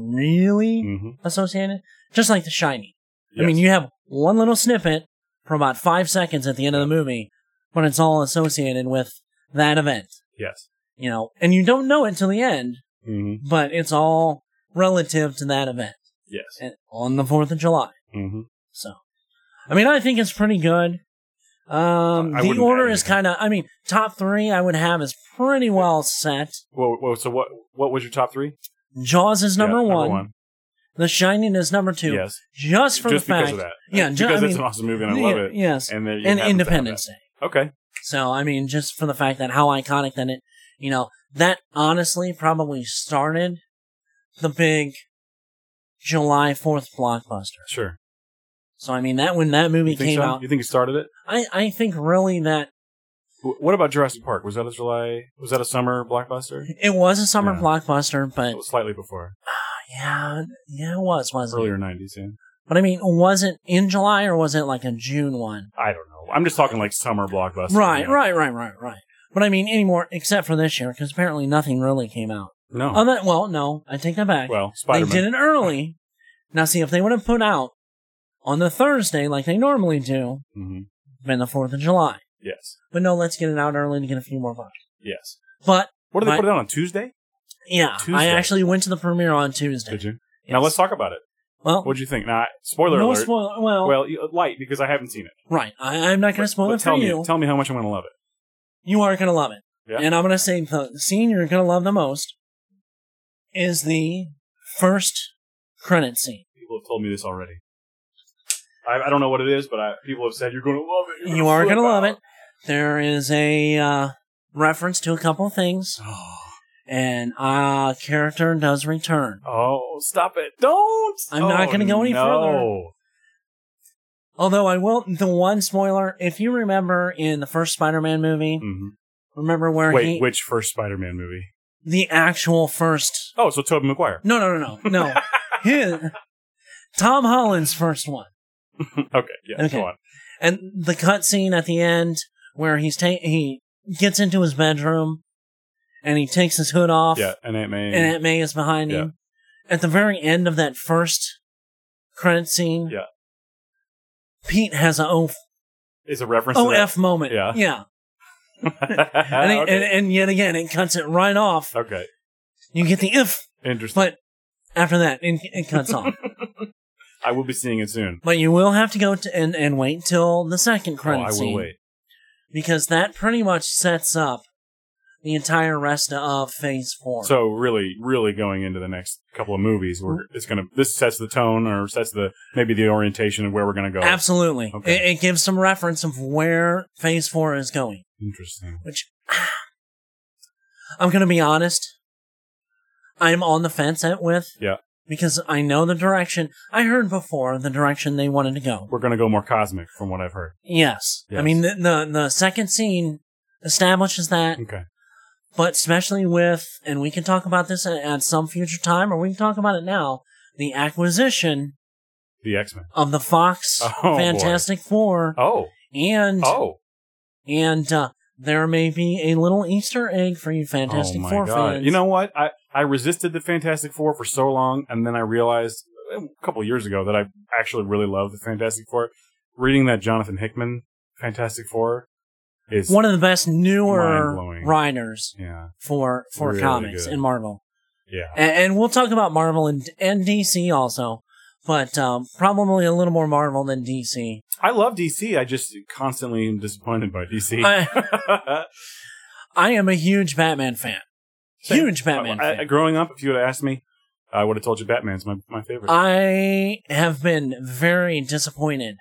Speaker 2: really
Speaker 1: hmm
Speaker 2: associated. Just like The Shining. I
Speaker 1: Yes.
Speaker 2: mean, you have one little snippet for about five seconds at the end of the movie, but it's all associated with that event,
Speaker 1: Yes.
Speaker 2: you know, and you don't know it till the end,
Speaker 1: hmm
Speaker 2: but it's all relative to that event
Speaker 1: Yes.
Speaker 2: and on the 4th of July.
Speaker 1: hmm
Speaker 2: So, I mean, I think it's pretty good. Um,
Speaker 1: I- I
Speaker 2: the
Speaker 1: wouldn't
Speaker 2: order
Speaker 1: add
Speaker 2: is
Speaker 1: anything.
Speaker 2: kind of, I mean, top three I would have is pretty well set.
Speaker 1: Well, well, so what, what was your top three?
Speaker 2: Jaws is
Speaker 1: Yeah,
Speaker 2: number, one. The Shining is number two.
Speaker 1: Yes.
Speaker 2: Just for
Speaker 1: just
Speaker 2: the
Speaker 1: because
Speaker 2: fact,
Speaker 1: of that.
Speaker 2: yeah, ju-
Speaker 1: because
Speaker 2: I
Speaker 1: it's
Speaker 2: mean-
Speaker 1: an awesome movie and I love
Speaker 2: Yeah,
Speaker 1: it.
Speaker 2: Yes,
Speaker 1: And, there you happen
Speaker 2: and
Speaker 1: to have
Speaker 2: Independence Day.
Speaker 1: Okay.
Speaker 2: So I mean, just for the fact that how iconic that it, you know, that honestly probably started the big July Fourth blockbuster.
Speaker 1: Sure.
Speaker 2: So I mean, that when that movie
Speaker 1: You think
Speaker 2: came
Speaker 1: so?
Speaker 2: out,
Speaker 1: You think he started it?
Speaker 2: I I think really that
Speaker 1: Wh- What about Jurassic Park? Was that a July? Was that a summer blockbuster?
Speaker 2: it was a summer
Speaker 1: Yeah.
Speaker 2: blockbuster, but
Speaker 1: It was slightly before
Speaker 2: yeah, yeah, it was wasn't. It?
Speaker 1: earlier '90s. Yeah.
Speaker 2: But I mean, was it in July or was it like a June one?
Speaker 1: I don't know. I'm just talking like summer blockbuster.
Speaker 2: Right,
Speaker 1: you know?
Speaker 2: right, right, right, right. But I mean, anymore, except for this year, because apparently nothing really came out.
Speaker 1: No.
Speaker 2: Other, well, no, I take that back.
Speaker 1: well,
Speaker 2: Um, they
Speaker 1: Spider
Speaker 2: did
Speaker 1: Man.
Speaker 2: it early. Now, see, if they would have put out on the Thursday like they normally do,
Speaker 1: hmm
Speaker 2: been the 4th of July.
Speaker 1: Yes.
Speaker 2: But no, let's get it out early to get a few more bucks.
Speaker 1: Yes.
Speaker 2: But,
Speaker 1: What did they
Speaker 2: My-
Speaker 1: put it on, on Tuesday?
Speaker 2: yeah, I
Speaker 1: Tuesday.
Speaker 2: actually went to the premiere on Tuesday.
Speaker 1: Did you?
Speaker 2: Yes.
Speaker 1: Now let's talk about it.
Speaker 2: Well,
Speaker 1: What'd you think? Now, spoiler
Speaker 2: no
Speaker 1: alert.
Speaker 2: spoil- well,
Speaker 1: well, you- light because I haven't seen it.
Speaker 2: right. I, I'm not going to
Speaker 1: But-
Speaker 2: spoil
Speaker 1: but
Speaker 2: it for
Speaker 1: tell me,
Speaker 2: you.
Speaker 1: Tell me how much I'm going to love it.
Speaker 2: you are going to love it.
Speaker 1: Yeah.
Speaker 2: And I'm going to say the scene you're going to love the most is the first credit scene.
Speaker 1: People have told me this already. I, I don't know what it is, but I, people have said you're going to love it.
Speaker 2: You are going to
Speaker 1: flip
Speaker 2: love
Speaker 1: out."
Speaker 2: it. There is a uh, reference to a couple of things,
Speaker 1: Oh,
Speaker 2: and a character does return.
Speaker 1: oh, stop it! Don't.
Speaker 2: I'm not
Speaker 1: Oh,
Speaker 2: gonna go any
Speaker 1: no.
Speaker 2: Although I will, the one spoiler, if you remember in the first Spider-Man movie,
Speaker 1: Mhm.
Speaker 2: remember where
Speaker 1: Wait,
Speaker 2: he,
Speaker 1: which first Spider-Man movie?
Speaker 2: the actual first,
Speaker 1: Oh, so Tobey Maguire.
Speaker 2: no, no, no, no, no, his, Tom Holland's first one.
Speaker 1: Mm, okay, yeah,
Speaker 2: Mm-hmm. Okay.
Speaker 1: go on.
Speaker 2: And the cutscene at the end where he's ta- he gets into his bedroom and he takes his hood off
Speaker 1: Yeah, and Aunt May.
Speaker 2: and Aunt May is behind him. At the very end of that first credit scene,
Speaker 1: Yeah.
Speaker 2: Pete has a O-
Speaker 1: is a reference. to that.
Speaker 2: OF moment.
Speaker 1: Yeah. Ah,
Speaker 2: Yeah. Oh, And, it-
Speaker 1: okay.
Speaker 2: and, and yet again, it cuts it right off.
Speaker 1: okay,
Speaker 2: You get the if,
Speaker 1: interesting.
Speaker 2: but after that, it, it cuts off.
Speaker 1: I will be seeing it soon.
Speaker 2: But you will have to go to and, and wait till the second
Speaker 1: Oh,
Speaker 2: credit
Speaker 1: I
Speaker 2: scene.
Speaker 1: will wait.
Speaker 2: because that pretty much sets up the entire rest of Phase Four.
Speaker 1: So really, really going into the next couple of movies, where
Speaker 2: Mm-hmm.
Speaker 1: it's gonna this sets the tone or sets the maybe the orientation of where we're gonna go.
Speaker 2: absolutely,
Speaker 1: Okay.
Speaker 2: it, it gives some reference of where Phase Four is going.
Speaker 1: Interesting.
Speaker 2: Which I'm going to be honest, I'm on the fence at with.
Speaker 1: Yeah.
Speaker 2: Because I know the direction. I heard before the direction they wanted to go.
Speaker 1: We're gonna go more cosmic, from what I've heard.
Speaker 2: Yes. I
Speaker 1: Yes. Mm.
Speaker 2: mean the, the the second scene establishes that,
Speaker 1: Okay.
Speaker 2: but especially with, and we can talk about this at, at some future time, or we can talk about it now. The acquisition
Speaker 1: The X Men.
Speaker 2: of the Fox
Speaker 1: Oh, boy.
Speaker 2: Fantastic Four,
Speaker 1: Oh.
Speaker 2: and
Speaker 1: Oh.
Speaker 2: and uh, there may be a little Easter egg for you Fantastic
Speaker 1: oh my
Speaker 2: Four
Speaker 1: God.
Speaker 2: fans.
Speaker 1: You know what? I I resisted the Fantastic Four for so long, and then I realized eh, a couple of years ago that I actually really love the Fantastic Four. Reading that Jonathan Hickman Fantastic Four is
Speaker 2: one of the best newer
Speaker 1: Mind-blowing.
Speaker 2: writers
Speaker 1: yeah
Speaker 2: for for
Speaker 1: Really
Speaker 2: comics
Speaker 1: good.
Speaker 2: in Marvel,
Speaker 1: yeah.
Speaker 2: and, and we'll talk about Marvel and and DC also, but um, probably a little more Marvel than DC.
Speaker 1: I love DC. I just constantly am disappointed by DC.
Speaker 2: I, I am a huge Batman fan,
Speaker 1: Same.
Speaker 2: huge Batman
Speaker 1: I- I-
Speaker 2: fan.
Speaker 1: growing up, if you would have asked me, I would have told you Batman's my, my favorite.
Speaker 2: I have been very disappointed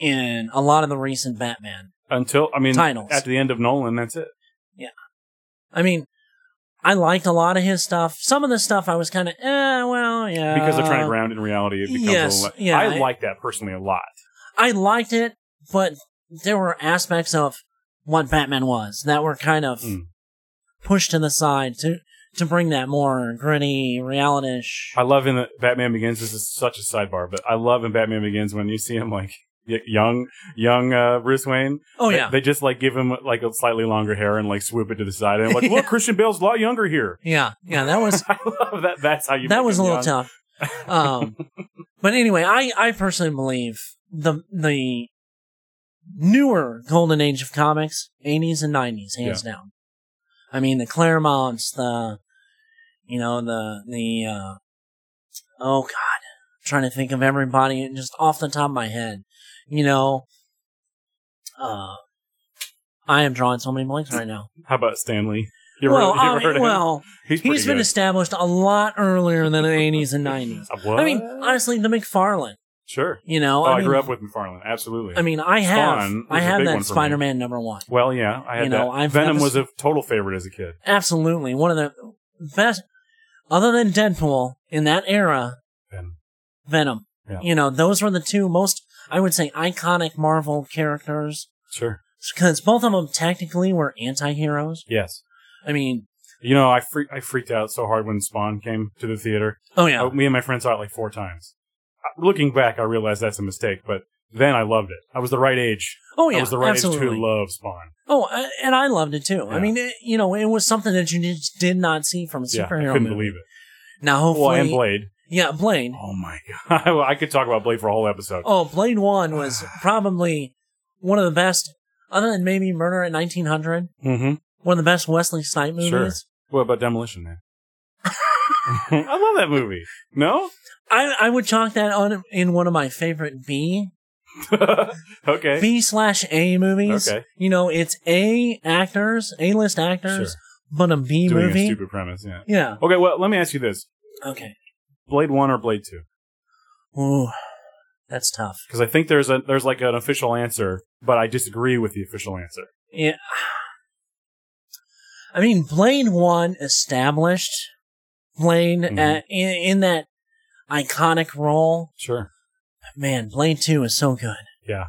Speaker 2: in a lot of the recent Batman.
Speaker 1: Until, I mean,
Speaker 2: Titles.
Speaker 1: at the end of Nolan, that's it.
Speaker 2: I mean, I liked a lot of his stuff. Some of the stuff I was kind of, eh, well, yeah.
Speaker 1: Because they're trying to ground it in reality, it becomes
Speaker 2: Uh, yes,
Speaker 1: a lot.
Speaker 2: yeah,
Speaker 1: I
Speaker 2: I-
Speaker 1: like that personally a lot.
Speaker 2: I liked it, but there were aspects of what Batman was that were kind of
Speaker 1: Mm.
Speaker 2: pushed to the side to to bring that more gritty, reality-ish.
Speaker 1: I love in the Batman Begins. This is such a sidebar, but I love in Batman Begins when you see him like y- young, young uh, Bruce Wayne.
Speaker 2: oh
Speaker 1: They-
Speaker 2: yeah,
Speaker 1: they, just like give him like a slightly longer hair and like swoop it to the side and like, look, Christian Bale's a lot younger here.
Speaker 2: yeah, yeah. That was
Speaker 1: I love that. That's how you.
Speaker 2: that
Speaker 1: make
Speaker 2: was
Speaker 1: him
Speaker 2: a
Speaker 1: young.
Speaker 2: little tough. Um, but anyway, I I personally believe the the newer golden age of comics, eighties and nineties, hands down. I mean the Claremonts, the you know the the uh, oh god, I'm trying to think of everybody just off the top of my head. You know, uh, I am drawing so many blanks right now.
Speaker 1: How about Stanley? You ever,
Speaker 2: well,
Speaker 1: you ever
Speaker 2: I-
Speaker 1: heard of him?
Speaker 2: well,
Speaker 1: pretty
Speaker 2: he's been
Speaker 1: good.
Speaker 2: established a lot earlier than the eighties and nineties.
Speaker 1: Uh, what?
Speaker 2: I mean, honestly, the McFarlane.
Speaker 1: Sure.
Speaker 2: You know,
Speaker 1: Oh, I,
Speaker 2: mean,
Speaker 1: grew up with McFarlane. Absolutely.
Speaker 2: I mean, I have,
Speaker 1: Spawn
Speaker 2: I
Speaker 1: was a
Speaker 2: have
Speaker 1: big one
Speaker 2: that
Speaker 1: for me.
Speaker 2: Spider-Man number one.
Speaker 1: well, yeah, I had
Speaker 2: You know,
Speaker 1: that.
Speaker 2: I've-
Speaker 1: Venom
Speaker 2: I've-
Speaker 1: was a total favorite as a kid.
Speaker 2: Absolutely, one of the best, other than Deadpool in that era.
Speaker 1: Venom.
Speaker 2: Venom.
Speaker 1: Yeah.
Speaker 2: You know, those were the two most, I would say, iconic Marvel characters
Speaker 1: Sure.
Speaker 2: because both of them technically were anti-heroes.
Speaker 1: Yes.
Speaker 2: I mean,
Speaker 1: You know, I freak, I freaked out so hard when Spawn came to the theater.
Speaker 2: oh yeah,
Speaker 1: I- me and my friend saw it like four times. Uh, Looking back, I realized that's a mistake, but then I loved it. I was the right age.
Speaker 2: oh yeah,
Speaker 1: I was the right
Speaker 2: absolutely.
Speaker 1: age to love Spawn.
Speaker 2: Oh, I- and I loved it too.
Speaker 1: Yeah.
Speaker 2: I mean, it, you know, it was something that you just did not see from a
Speaker 1: Yeah, I
Speaker 2: superhero
Speaker 1: couldn't
Speaker 2: movie.
Speaker 1: believe it.
Speaker 2: Now, hopefully,
Speaker 1: Well, and Blade.
Speaker 2: yeah, Blade.
Speaker 1: Oh my god, Well, I could talk about Blade for a whole episode.
Speaker 2: Oh, Blade One was probably one of the best, other than maybe Murder at 1900,
Speaker 1: Mm-hmm.
Speaker 2: one of the best Wesley Snipe movies.
Speaker 1: Sure. What about Demolition Man? I love that movie. No?
Speaker 2: I, I would chalk that on in one of my favorite B
Speaker 1: okay.
Speaker 2: B slash A movies.
Speaker 1: Okay.
Speaker 2: You know, it's A actors, A list actors,
Speaker 1: Sure.
Speaker 2: but a B
Speaker 1: Doing a
Speaker 2: movie.
Speaker 1: stupid premise, yeah.
Speaker 2: Yeah.
Speaker 1: Okay, well, let me ask you this.
Speaker 2: Okay.
Speaker 1: Blade 1 or Blade 2?
Speaker 2: Ooh, that's tough.
Speaker 1: Because I think there's a there's like an official answer, but I disagree with the official answer.
Speaker 2: Yeah. I mean, Blade One established Blade
Speaker 1: Mhm.
Speaker 2: uh, in, in that iconic role.
Speaker 1: Sure.
Speaker 2: Man, Blade Two is so good.
Speaker 1: Yeah.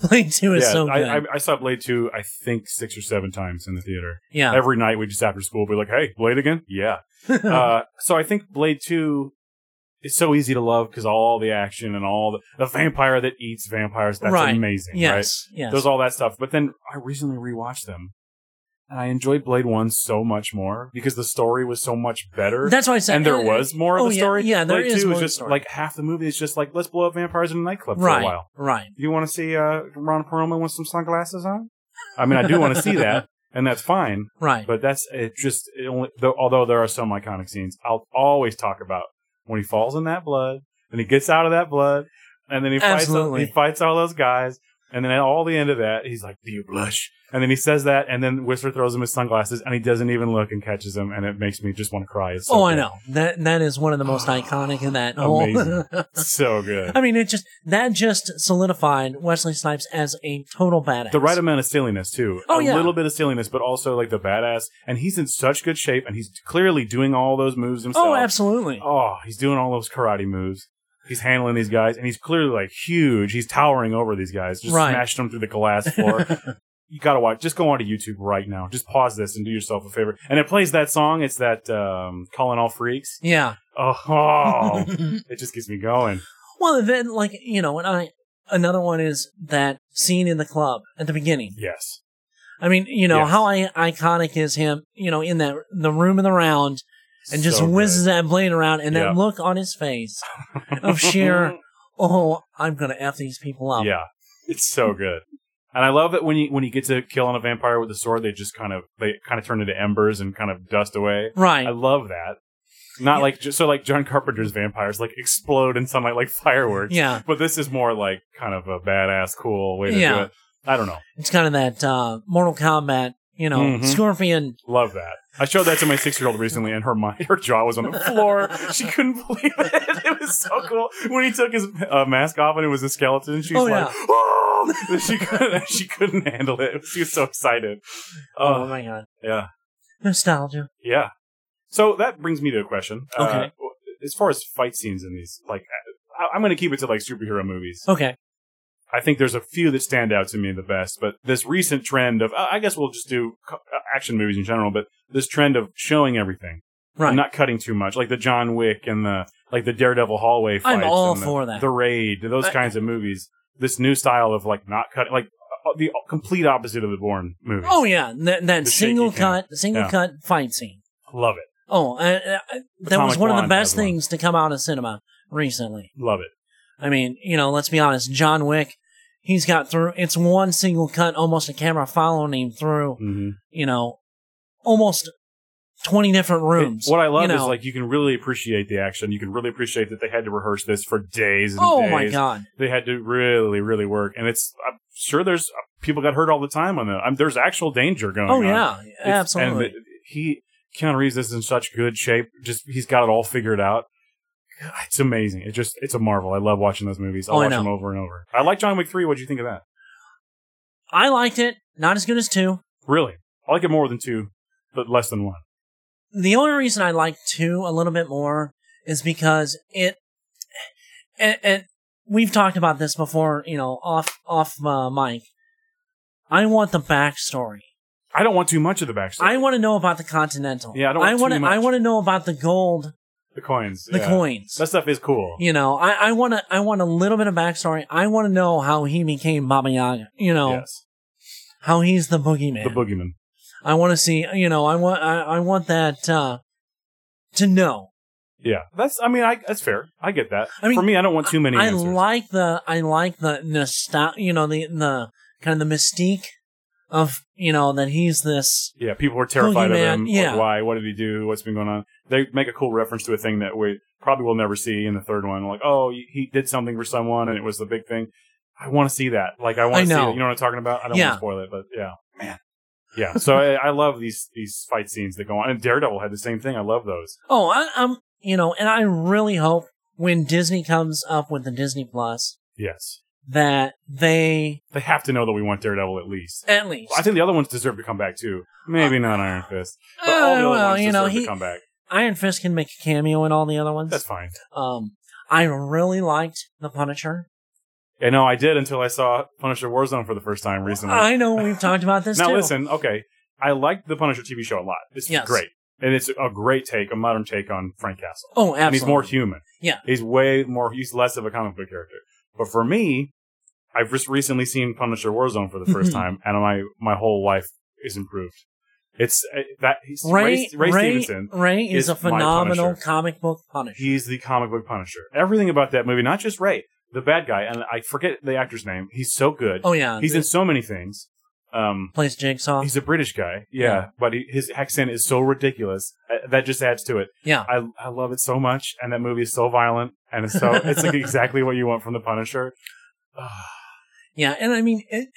Speaker 2: Blade Two is
Speaker 1: yeah,
Speaker 2: so good.
Speaker 1: I, I, I saw Blade 2, I think, six or seven times in the theater.
Speaker 2: yeah.
Speaker 1: Every night we just after school be like, hey, Blade again? Yeah. uh, so I think Blade Two is so easy to love because all the action and all the, the vampire that eats vampires. That's
Speaker 2: Right.
Speaker 1: amazing. Right?
Speaker 2: yes. Yes.
Speaker 1: There's all that stuff. But then I recently rewatched them, and I enjoyed Blade One so much more because the story was so much better.
Speaker 2: That's why I said.
Speaker 1: and there
Speaker 2: uh,
Speaker 1: was more of
Speaker 2: oh,
Speaker 1: the
Speaker 2: yeah,
Speaker 1: story.
Speaker 2: yeah, there
Speaker 1: Blade
Speaker 2: is
Speaker 1: Two
Speaker 2: more
Speaker 1: is
Speaker 2: of the
Speaker 1: just
Speaker 2: story.
Speaker 1: like half the movie is just like let's blow up vampires in a nightclub uh, for a
Speaker 2: Right.
Speaker 1: while.
Speaker 2: Right.
Speaker 1: Do you want to see uh, Ron Perlman with some sunglasses on? I mean, I do want to see that, and that's fine.
Speaker 2: Right.
Speaker 1: But that's it. Just it only, though, although there are some iconic scenes, I'll always talk about when he falls in that blood, and he gets out of that blood, and then he fights. All,
Speaker 2: Absolutely.
Speaker 1: he fights all those guys, and then at all the end of that, he's like, "Do you blush?" And then he says that, and then Whistler throws him his sunglasses, and he doesn't even look and catches him, and it makes me just want to cry. It's so
Speaker 2: oh, I
Speaker 1: good.
Speaker 2: know that that is one of the most iconic in that whole.
Speaker 1: Amazing. So good.
Speaker 2: I mean, it just that just solidified Wesley Snipes as a total badass.
Speaker 1: The right amount of silliness too.
Speaker 2: Oh,
Speaker 1: a
Speaker 2: yeah.
Speaker 1: little bit of silliness, but also like the badass. And he's in such good shape, and he's clearly doing all those moves himself.
Speaker 2: Oh, absolutely.
Speaker 1: Oh, he's doing all those karate moves. He's handling these guys, and he's clearly like huge. He's towering over these guys, just
Speaker 2: Right.
Speaker 1: smashing them through the glass floor. you gotta watch. Just go onto YouTube right now. Just pause this and do yourself a favor. And it plays that song. It's that um, "Calling All Freaks."
Speaker 2: Yeah.
Speaker 1: Oh, oh, it just gets me going.
Speaker 2: Well, then, like you know, and I another one is that scene in the club at the beginning.
Speaker 1: Yes,
Speaker 2: I mean, you know
Speaker 1: Yes.
Speaker 2: how I, iconic is him? You know, in that the room in the round, and just
Speaker 1: So good.
Speaker 2: whizzes that blade around, and
Speaker 1: Yeah.
Speaker 2: that look on his face of sheer, oh, I'm gonna f these people up.
Speaker 1: Yeah, it's so good. And I love that when you when you get to killing a vampire with a sword, they just kind of they kind of turn into embers and kind of dust away.
Speaker 2: Right.
Speaker 1: I love that. Not
Speaker 2: Yeah.
Speaker 1: like just so like John Carpenter's vampires like explode in sunlight like fireworks.
Speaker 2: yeah.
Speaker 1: But this is more like kind of a badass, cool way to do
Speaker 2: Yeah.
Speaker 1: it. I don't know.
Speaker 2: It's kind of that uh, Mortal Kombat. You know,
Speaker 1: Mhm.
Speaker 2: Scorpion.
Speaker 1: Love that. I showed that to my six year old recently, and her mind, her jaw was on the floor. She couldn't believe it. It was so cool when he took his uh, mask off and it was a skeleton. She was
Speaker 2: Oh,
Speaker 1: like,
Speaker 2: yeah.
Speaker 1: "Oh!" she couldn't, she couldn't handle it. She was so excited.
Speaker 2: Oh,
Speaker 1: Oh,
Speaker 2: my god.
Speaker 1: yeah.
Speaker 2: Nostalgia.
Speaker 1: Yeah. So that brings me to a question. Uh,
Speaker 2: Okay.
Speaker 1: as far as fight scenes in these, like, I, I'm going to keep it to like superhero movies.
Speaker 2: Okay.
Speaker 1: I think there's a few that stand out to me the best, but this recent trend of, uh, I I guess we'll just do co- uh, action movies in general, but this trend of showing everything, and
Speaker 2: Right.
Speaker 1: not cutting too much, like the John Wick and the like the Daredevil hallway fights.
Speaker 2: I'm all
Speaker 1: and the,
Speaker 2: for that.
Speaker 1: the raid, those
Speaker 2: I-
Speaker 1: kinds of movies. This new style of like not cutting, like uh, the complete opposite of the Bourne movies.
Speaker 2: oh yeah, that, that
Speaker 1: The shaky
Speaker 2: single
Speaker 1: cam.
Speaker 2: cut, single
Speaker 1: Yeah.
Speaker 2: cut fight scene.
Speaker 1: love it,
Speaker 2: Oh, uh, uh, that
Speaker 1: Atomic
Speaker 2: was one of the
Speaker 1: Blonde
Speaker 2: best
Speaker 1: had one.
Speaker 2: things to come out of cinema recently.
Speaker 1: love it.
Speaker 2: I mean, you know, let's be honest, John Wick, he's got through. It's one single cut, almost a camera following him through.
Speaker 1: Mm-hmm.
Speaker 2: You know, almost twenty different rooms.
Speaker 1: It- what I love
Speaker 2: you
Speaker 1: is
Speaker 2: know.
Speaker 1: like you can really appreciate the action. You can really appreciate that they had to rehearse this for days and
Speaker 2: oh
Speaker 1: days.
Speaker 2: my god,
Speaker 1: They had to really, really work, and it's I'm sure there's uh, people got hurt all the time on that. I'm, there's actual danger going.
Speaker 2: oh
Speaker 1: on.
Speaker 2: yeah,
Speaker 1: It's-
Speaker 2: absolutely.
Speaker 1: And the- he Keanu Reeves is in such good shape. Just he's got it all figured out. it's amazing. It just it's a marvel. I love watching those movies. I'll
Speaker 2: Oh, I
Speaker 1: watch
Speaker 2: know.
Speaker 1: them over and over. I like John Wick three. What do you think of that?
Speaker 2: I liked it. Not as good as two.
Speaker 1: Really, I like it more than two, but less than one.
Speaker 2: the only reason I like two a little bit more is because it, and, and we've talked about this before, you know, off off uh, mic. I want the backstory.
Speaker 1: I don't want too much of the backstory.
Speaker 2: I want to know about the Continental.
Speaker 1: Yeah, I don't want
Speaker 2: I
Speaker 1: too
Speaker 2: wanna-
Speaker 1: much.
Speaker 2: I want to know about the gold,
Speaker 1: the coins,
Speaker 2: the
Speaker 1: yeah.
Speaker 2: coins.
Speaker 1: That stuff is cool.
Speaker 2: you know, I, I want to. I want a little bit of backstory. I want to know how he became Baba Yaga. You know,
Speaker 1: Yes,
Speaker 2: how he's the boogeyman.
Speaker 1: the boogeyman.
Speaker 2: I want to see. You know, I want. I, I want that uh, to know.
Speaker 1: Yeah, that's. I mean, I that's fair. I get that.
Speaker 2: I mean,
Speaker 1: for me, I don't want too many.
Speaker 2: I
Speaker 1: answers.
Speaker 2: like the I like the nostalgia, you know, the the kind of the mystique of you know that he's this.
Speaker 1: Yeah, people were terrified of
Speaker 2: Boogeyman,
Speaker 1: him.
Speaker 2: yeah.
Speaker 1: Like, why? What did he do? What's been going on? They make a cool reference to a thing that we probably will never see in the third one. Like, oh, he- he did something for someone, and it was the big thing. I want to see that. Like, I
Speaker 2: I
Speaker 1: want to see.
Speaker 2: know.
Speaker 1: It. You know what I'm talking about? I don't
Speaker 2: Yeah.
Speaker 1: want to spoil it, but yeah, man, yeah. So I, I love these these fight scenes that go on. And Daredevil had the same thing. I love those.
Speaker 2: Oh, I, I'm you know, and I really hope when Disney comes up with the Disney Plus
Speaker 1: Yes,
Speaker 2: that they
Speaker 1: they have to know that we want Daredevil at least.
Speaker 2: at least.
Speaker 1: I think the other ones deserve to come back too. Maybe not Iron Fist, but
Speaker 2: Uh,
Speaker 1: all the other
Speaker 2: well,
Speaker 1: ones
Speaker 2: you know,
Speaker 1: deserve
Speaker 2: he
Speaker 1: to come back.
Speaker 2: Iron Fist can make a cameo in all the other ones.
Speaker 1: That's fine.
Speaker 2: um, I really liked the Punisher.
Speaker 1: I know I did until I saw Punisher Warzone for the first time recently.
Speaker 2: I know we've talked about this
Speaker 1: now
Speaker 2: Uh, too.
Speaker 1: listen, okay, I like the Punisher TV show a lot. It's
Speaker 2: Yes.
Speaker 1: great, and it's a great take, a modern take on Frank Castle.
Speaker 2: Oh, absolutely.
Speaker 1: And he's more human.
Speaker 2: Yeah.
Speaker 1: he's way more. He's less of a comic book character. But for me, I've just recently seen Punisher Warzone for the 1st
Speaker 2: Mhm.
Speaker 1: time, and my my whole life is improved. It's uh, that he's,
Speaker 2: Ray,
Speaker 1: Ray, Ray
Speaker 2: Ray,
Speaker 1: Stevenson.
Speaker 2: Ray is,
Speaker 1: is
Speaker 2: a
Speaker 1: my
Speaker 2: phenomenal
Speaker 1: Punisher.
Speaker 2: comic book Punisher.
Speaker 1: He's the comic book Punisher. Everything about that movie, not just Ray, the bad guy, and I forget the actor's name. He's so good.
Speaker 2: oh yeah,
Speaker 1: he's in so many things. Um,
Speaker 2: plays Jigsaw.
Speaker 1: He's a British guy, yeah,
Speaker 2: Yeah.
Speaker 1: but he, his accent is so ridiculous Uh, that just adds to it.
Speaker 2: yeah,
Speaker 1: I I love it so much, and that movie is so violent, and it's so it's like exactly what you want from the Punisher. Ah,
Speaker 2: yeah, and I mean it,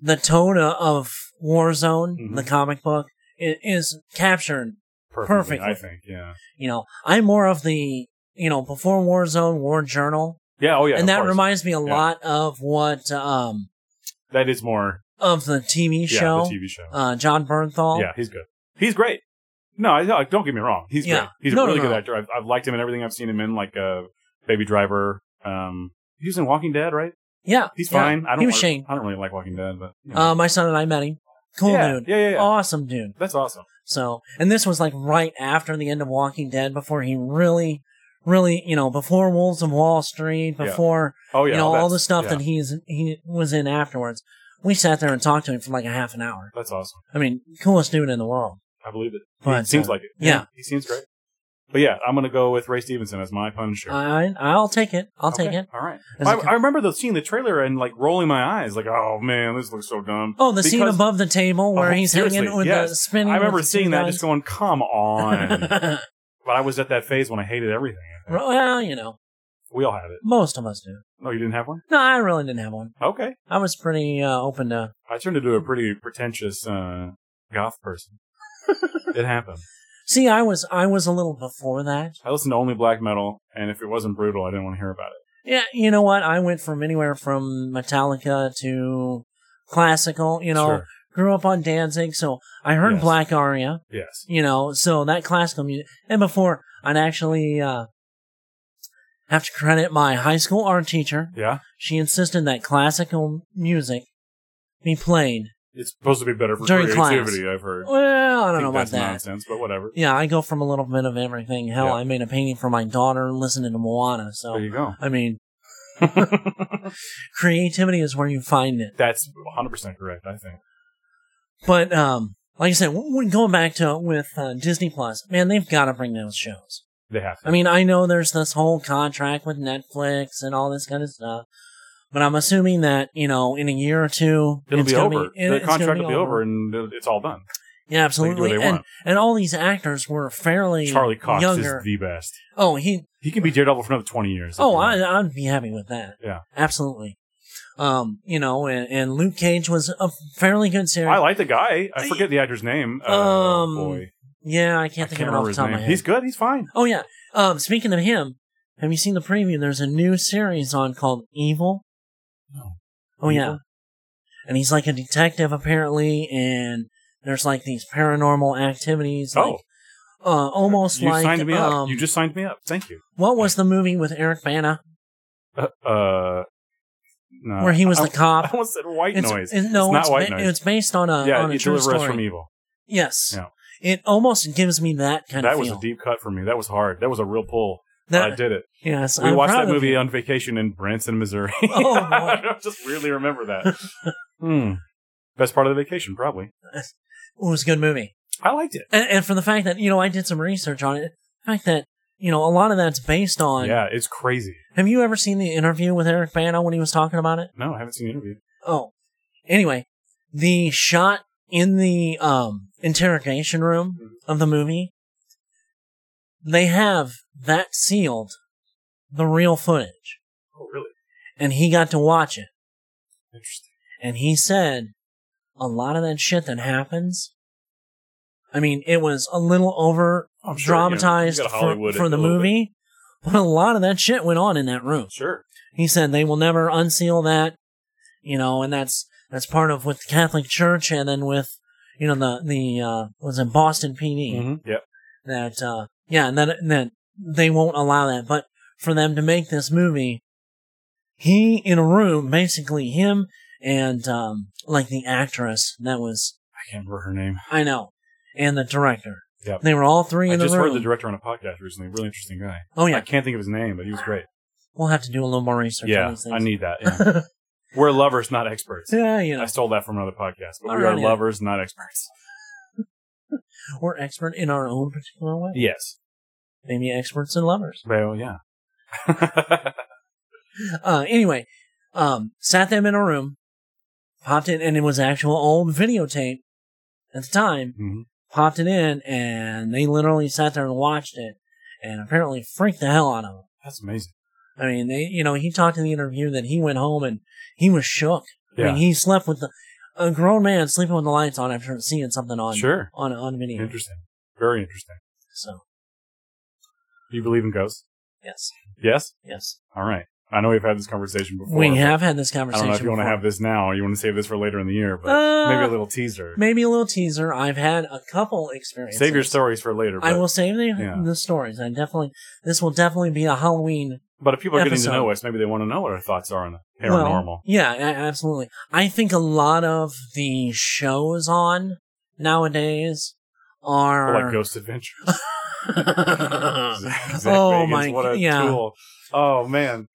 Speaker 2: the tone of Warzone,
Speaker 1: Mhm.
Speaker 2: the comic book, i- is captured.
Speaker 1: perfectly,
Speaker 2: Perfect.
Speaker 1: I think, yeah,
Speaker 2: You know, I'm more of the you know before Warzone, War Journal,
Speaker 1: yeah, oh yeah, of
Speaker 2: and that
Speaker 1: course.
Speaker 2: reminds me a
Speaker 1: Yeah.
Speaker 2: lot of what um
Speaker 1: that is more
Speaker 2: of the TV
Speaker 1: yeah,
Speaker 2: show,
Speaker 1: the TV show.
Speaker 2: uh, John Bernthal.
Speaker 1: yeah, he's good. He's great. No, I, no, don't get me wrong. He's
Speaker 2: Yeah.
Speaker 1: great. He's
Speaker 2: No,
Speaker 1: a
Speaker 2: no,
Speaker 1: really
Speaker 2: no.
Speaker 1: good actor. I've, I've liked him in everything I've seen him in, like uh, Baby Driver. Um, he was in Walking Dead, right?
Speaker 2: yeah,
Speaker 1: He's
Speaker 2: yeah.
Speaker 1: fine. I don't.
Speaker 2: He was
Speaker 1: really-
Speaker 2: Shane.
Speaker 1: I don't really like Walking Dead, but you know.
Speaker 2: Uh, my son and I met him. Cool
Speaker 1: yeah,
Speaker 2: dude,
Speaker 1: Yeah, yeah, yeah.
Speaker 2: awesome dude.
Speaker 1: That's awesome.
Speaker 2: So, and this was like right after the end of Walking Dead, before he really, really, you know, before Wolves of Wall Street,
Speaker 1: Yeah.
Speaker 2: before
Speaker 1: Oh yeah,
Speaker 2: you know all
Speaker 1: that's-
Speaker 2: the stuff
Speaker 1: yeah,
Speaker 2: that he's he was in afterwards. We sat there and talked to him for like a half an hour.
Speaker 1: That's awesome.
Speaker 2: I mean, coolest dude in the world.
Speaker 1: I believe it. He
Speaker 2: But,
Speaker 1: seems
Speaker 2: uh,
Speaker 1: like it.
Speaker 2: yeah.
Speaker 1: he seems great. But yeah, I'm gonna go with Ray Stevenson as my Punisher.
Speaker 2: I I'll take it. Uh, I'll take
Speaker 1: Okay,
Speaker 2: it.
Speaker 1: All right.
Speaker 2: As
Speaker 1: I,
Speaker 2: a co-
Speaker 1: I remember the seeing the trailer and like rolling my eyes, like, oh man, this looks so dumb.
Speaker 2: Oh, the scene
Speaker 1: Because-
Speaker 2: above the table where
Speaker 1: Oh,
Speaker 2: he's hanging
Speaker 1: seriously,
Speaker 2: with the
Speaker 1: yes.
Speaker 2: spinning.
Speaker 1: I remember
Speaker 2: with the two
Speaker 1: seeing that,
Speaker 2: guys.
Speaker 1: just going, come on. but I was at that phase when I hated everything. I think.
Speaker 2: well, you know,
Speaker 1: We all have it.
Speaker 2: most of us do.
Speaker 1: No, you didn't have one.
Speaker 2: No, I really didn't have one.
Speaker 1: Okay,
Speaker 2: I was pretty uh, open to.
Speaker 1: I turned into a pretty pretentious uh, goth person. it happened.
Speaker 2: See, I was I was a little before that.
Speaker 1: I listened to only black metal, and if it wasn't brutal, I didn't want to hear about it.
Speaker 2: Yeah, you know what? I went from anywhere from Metallica to classical. You know,
Speaker 1: Sure.
Speaker 2: grew up on Danzig, so I heard
Speaker 1: Yes.
Speaker 2: Black Aria.
Speaker 1: yes,
Speaker 2: You know, so that classical music. And before, I'd actually uh, have to credit my high school art teacher.
Speaker 1: yeah.
Speaker 2: She insisted that classical music be played.
Speaker 1: It's supposed to be better for
Speaker 2: During
Speaker 1: creativity. I've heard.
Speaker 2: Well, I don't
Speaker 1: think
Speaker 2: know about
Speaker 1: that's
Speaker 2: that.
Speaker 1: nonsense, but whatever.
Speaker 2: Yeah, I go from a little bit of everything. Hell,
Speaker 1: Yeah.
Speaker 2: I made a painting for my daughter listening to Moana. So,
Speaker 1: There you go.
Speaker 2: I mean, creativity is where you find it.
Speaker 1: That's 100 percent correct. I think.
Speaker 2: But um, like I said, w- w- going back to with uh, Disney Plus, man, they've got to bring those shows.
Speaker 1: They have. To.
Speaker 2: I mean, I know there's this whole contract with Netflix and all this kind of stuff, but I'm assuming that you know in a year or two
Speaker 1: it'll
Speaker 2: it's
Speaker 1: be
Speaker 2: gonna
Speaker 1: over.
Speaker 2: it-
Speaker 1: the
Speaker 2: it's gonna
Speaker 1: contract will be over, and it- it's all done.
Speaker 2: Yeah,
Speaker 1: They can do what
Speaker 2: absolutely.
Speaker 1: they
Speaker 2: And
Speaker 1: want.
Speaker 2: and all these actors were fairly
Speaker 1: Charlie Cox
Speaker 2: younger.
Speaker 1: is the best.
Speaker 2: oh, he.
Speaker 1: He can be Daredevil for another 20 years. if
Speaker 2: Oh,
Speaker 1: you
Speaker 2: I,
Speaker 1: want.
Speaker 2: I'd be happy with that.
Speaker 1: Yeah.
Speaker 2: absolutely. Um, you know, and, and Luke Cage was a fairly good series.
Speaker 1: I like the guy. I forget the actor's name. Oh
Speaker 2: Um,
Speaker 1: boy,
Speaker 2: yeah, I
Speaker 1: I
Speaker 2: can't think
Speaker 1: can't
Speaker 2: of it
Speaker 1: remember
Speaker 2: off the
Speaker 1: his
Speaker 2: top of my
Speaker 1: name.
Speaker 2: head.
Speaker 1: He's good. He's fine.
Speaker 2: Oh yeah, Um, speaking of him, have you seen the preview? There's a new series on called Evil.
Speaker 1: No.
Speaker 2: Oh yeah.
Speaker 1: Evil?
Speaker 2: And he's like a detective apparently, and there's like these paranormal activities. Like,
Speaker 1: Oh,
Speaker 2: uh, almost
Speaker 1: you
Speaker 2: like
Speaker 1: signed me
Speaker 2: um,
Speaker 1: up. You just signed me up. Thank you.
Speaker 2: what was the movie with Eric Bana
Speaker 1: Uh, uh no.
Speaker 2: where he was
Speaker 1: Uh, I,
Speaker 2: the cop?
Speaker 1: I almost said white
Speaker 2: It's-
Speaker 1: noise.
Speaker 2: it- no,
Speaker 1: it's not
Speaker 2: it's,
Speaker 1: white
Speaker 2: ba-
Speaker 1: noise.
Speaker 2: it's based on a
Speaker 1: yeah,
Speaker 2: on a
Speaker 1: you
Speaker 2: true
Speaker 1: deliver us
Speaker 2: story.
Speaker 1: from evil.
Speaker 2: Yes,
Speaker 1: Yeah.
Speaker 2: it almost gives me that kind
Speaker 1: that
Speaker 2: of
Speaker 1: was
Speaker 2: feel.
Speaker 1: a deep cut for me. That was hard. That was a real pull.
Speaker 2: That-
Speaker 1: I did it.
Speaker 2: yes,
Speaker 1: We
Speaker 2: I'm
Speaker 1: watched
Speaker 2: proud
Speaker 1: that
Speaker 2: of
Speaker 1: movie uh,
Speaker 2: you.
Speaker 1: on vacation in Branson, Missouri.
Speaker 2: Oh, boy.
Speaker 1: I just weirdly remember that. Hmm. Best part of the vacation, probably.
Speaker 2: It was a good movie,
Speaker 1: I liked it.
Speaker 2: and, and for the fact that you know I did some research on it, the fact that you know a lot of that's based on.
Speaker 1: Yeah, it's crazy.
Speaker 2: Have you ever seen the interview with Eric Bana when he was talking about it?
Speaker 1: No, I haven't seen the interview.
Speaker 2: Oh, anyway, the shot in the um, interrogation room
Speaker 1: Mm-hmm.
Speaker 2: of the movie, they have that sealed, the real footage,
Speaker 1: Oh, really?
Speaker 2: and he got to watch it,
Speaker 1: Interesting.
Speaker 2: and he said a lot of that shit that happens. I mean, it was a little over
Speaker 1: I'm sure, you know, you
Speaker 2: dramatized
Speaker 1: gotta
Speaker 2: for,
Speaker 1: Hollywood
Speaker 2: for
Speaker 1: it
Speaker 2: the
Speaker 1: a little
Speaker 2: movie, but a lot of that shit went on in that room.
Speaker 1: Sure.
Speaker 2: He said they will never unseal that, you know, and that's that's part of with the Catholic Church and then with you know the the uh was in Boston PD
Speaker 1: Mm-hmm. Yep.
Speaker 2: that uh yeah and then and then they won't allow that. But for them to make this movie, he in a room basically him and um like the actress that was
Speaker 1: I can't remember her name.
Speaker 2: I know and the director
Speaker 1: Yep.
Speaker 2: they were all three
Speaker 1: I
Speaker 2: in the
Speaker 1: just
Speaker 2: room.
Speaker 1: heard the director on a podcast recently. Really interesting guy.
Speaker 2: oh yeah,
Speaker 1: I can't think of his name, but he was great.
Speaker 2: we'll have to do a little more research. on
Speaker 1: yeah,
Speaker 2: these things.
Speaker 1: I need that. yeah. We're lovers, not experts.
Speaker 2: yeah, you know.
Speaker 1: I stole that from another podcast, but we
Speaker 2: Alright,
Speaker 1: are
Speaker 2: yeah.
Speaker 1: lovers, not experts.
Speaker 2: We're expert in our own particular way.
Speaker 1: Yes.
Speaker 2: Maybe experts and lovers.
Speaker 1: Well, yeah.
Speaker 2: Uh, anyway, um, sat them in a room, popped it, and it was actual old videotape at the time.
Speaker 1: Mhm.
Speaker 2: Popped it in, and they literally sat there and watched it, and apparently freaked the hell out of him.
Speaker 1: That's amazing.
Speaker 2: I mean, they, you know, he talked in the interview that he went home and he was shook. I
Speaker 1: Yeah.
Speaker 2: mean, he slept with the a grown man sleeping with the lights on after seeing something on
Speaker 1: sure.
Speaker 2: on on video.
Speaker 1: Interesting. Very interesting.
Speaker 2: So
Speaker 1: Do you believe in ghosts?
Speaker 2: yes,
Speaker 1: Yes?
Speaker 2: yes,
Speaker 1: All right. I know we've had this conversation before.
Speaker 2: we have had this
Speaker 1: I
Speaker 2: conversation.
Speaker 1: don't know if you want to
Speaker 2: before.
Speaker 1: have this now or you want to save this for later in the year, but
Speaker 2: Uh,
Speaker 1: maybe a little teaser.
Speaker 2: maybe a little teaser. I've had a couple experiences.
Speaker 1: Save your stories for later. But,
Speaker 2: I will save the,
Speaker 1: Yeah.
Speaker 2: the stories. I definitely this will definitely be a Halloween
Speaker 1: but if people are getting
Speaker 2: episode.
Speaker 1: to know us, maybe they want to know what our thoughts are on the
Speaker 2: well,
Speaker 1: paranormal.
Speaker 2: yeah, a- absolutely. I think a lot of the shows on nowadays
Speaker 1: Or
Speaker 2: are
Speaker 1: like Ghost Adventures.
Speaker 2: Oh,
Speaker 1: Vegans,
Speaker 2: my-
Speaker 1: What a
Speaker 2: yeah.
Speaker 1: tool. Oh man.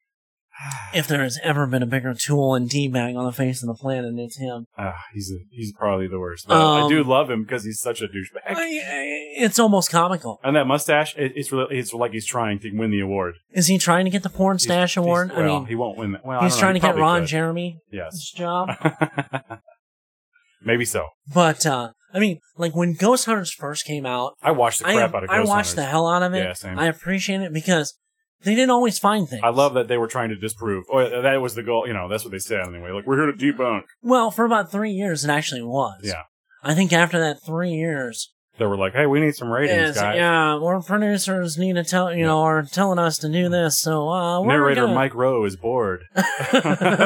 Speaker 2: if there has ever been a bigger tool and d bag on the face of the planet, it's him.
Speaker 1: Ah, he's a, he's probably the worst. But I
Speaker 2: Um,
Speaker 1: do love him because he's such a douchebag.
Speaker 2: I- I- it's almost comical.
Speaker 1: and that mustache, it, it's really, it's like he's trying to win the award.
Speaker 2: Is he trying to get the porn
Speaker 1: He's-
Speaker 2: stash
Speaker 1: he's-
Speaker 2: award? I
Speaker 1: well,
Speaker 2: mean,
Speaker 1: he won't win that. Well, I
Speaker 2: he's
Speaker 1: don't know,
Speaker 2: trying
Speaker 1: he
Speaker 2: to get
Speaker 1: probably
Speaker 2: Ron
Speaker 1: could.
Speaker 2: Jeremy's
Speaker 1: Yes.
Speaker 2: job.
Speaker 1: Maybe so.
Speaker 2: But uh, I mean, like when Ghost Hunters first came out,
Speaker 1: I watched the
Speaker 2: I,
Speaker 1: crap out of Ghost
Speaker 2: I watched the
Speaker 1: Hunters.
Speaker 2: hell out of it.
Speaker 1: Yeah, same.
Speaker 2: I appreciate it because they didn't always find things.
Speaker 1: I love that they were trying to disprove. Oh, that was the goal. You know, that's what they said anyway. Like we're here to debunk.
Speaker 2: Well, for about three years, it actually was.
Speaker 1: Yeah.
Speaker 2: I think after that three years,
Speaker 1: They were like, hey, we need some ratings,
Speaker 2: is,
Speaker 1: guys.
Speaker 2: yeah, our producers need to tell you know are telling us to do this, so uh, we're
Speaker 1: Narrator
Speaker 2: gonna-
Speaker 1: Mike Rowe is bored.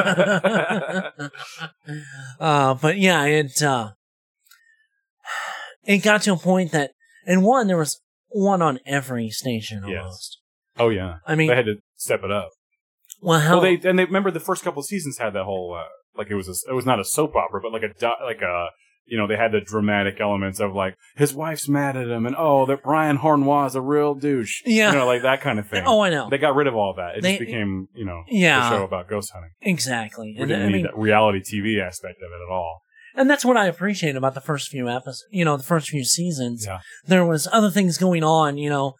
Speaker 2: uh, but yeah, it uh, it got to a point that, and one there was one on every station
Speaker 1: Yes.
Speaker 2: almost.
Speaker 1: Oh yeah,
Speaker 2: I mean,
Speaker 1: they had to step it up.
Speaker 2: well, how
Speaker 1: Well, they and they remember the first couple seasons had that whole uh, like it was a, it was not a soap opera, but like a do- like a you know they had the dramatic elements of like his wife's mad at him and oh that Brian Hornois is a real douche,
Speaker 2: Yeah.
Speaker 1: you know like that kind of thing.
Speaker 2: oh, I know.
Speaker 1: They got rid of all that. It
Speaker 2: They-
Speaker 1: just became you know
Speaker 2: Yeah.
Speaker 1: the show about ghost hunting.
Speaker 2: Exactly.
Speaker 1: We
Speaker 2: And,
Speaker 1: didn't
Speaker 2: I
Speaker 1: need
Speaker 2: mean,
Speaker 1: that reality TV aspect of it at all.
Speaker 2: and that's what I appreciate about the first few episodes, you know, the first few seasons.
Speaker 1: Yeah.
Speaker 2: There was other things going on, you know.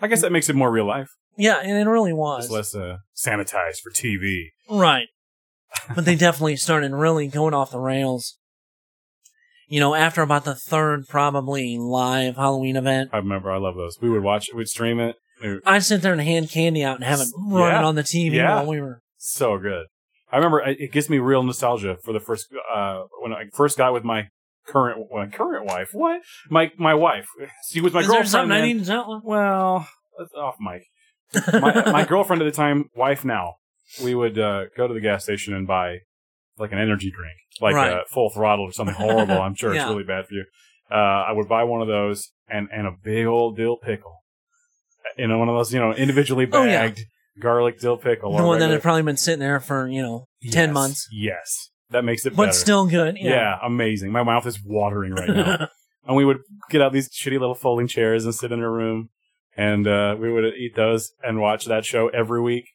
Speaker 1: I guess that makes it more real life,
Speaker 2: Yeah, and it really was.
Speaker 1: just less uh, sanitized for TV.
Speaker 2: Right. but they definitely started really going off the rails. You know, after about the third probably live Halloween event,
Speaker 1: I remember I love those. We would watch, we'd stream it. It was
Speaker 2: I sit there and hand candy out and have it
Speaker 1: S-
Speaker 2: run
Speaker 1: yeah.
Speaker 2: on the TV
Speaker 1: Yeah.
Speaker 2: while we were
Speaker 1: so good. I remember it it gives me real nostalgia for the first uh, when I first got with my current my current wife. What my my wife? She was my
Speaker 2: Is there
Speaker 1: girlfriend.
Speaker 2: something I
Speaker 1: then.
Speaker 2: need to tell?
Speaker 1: Well, that's off mic. My, my girlfriend at the time, wife now, we would uh, go to the gas station and buy like an energy drink, like
Speaker 2: Right.
Speaker 1: uh, Full Throttle or something horrible. I'm sure it's
Speaker 2: Yeah.
Speaker 1: really bad for you. Uh, I would buy one of those and and a big old dill pickle, Uh, you know, one of those you know individually
Speaker 2: Oh, yeah.
Speaker 1: bagged garlic dill pickle.
Speaker 2: the
Speaker 1: or
Speaker 2: one that
Speaker 1: regular-
Speaker 2: had probably been sitting there for you know ten
Speaker 1: Yes.
Speaker 2: months,
Speaker 1: Yes, that makes it
Speaker 2: but
Speaker 1: better.
Speaker 2: still good.
Speaker 1: yeah. amazing. My mouth is watering right now. and we would get out these shitty little folding chairs and sit in a room, and uh, we would eat those and watch that show every week.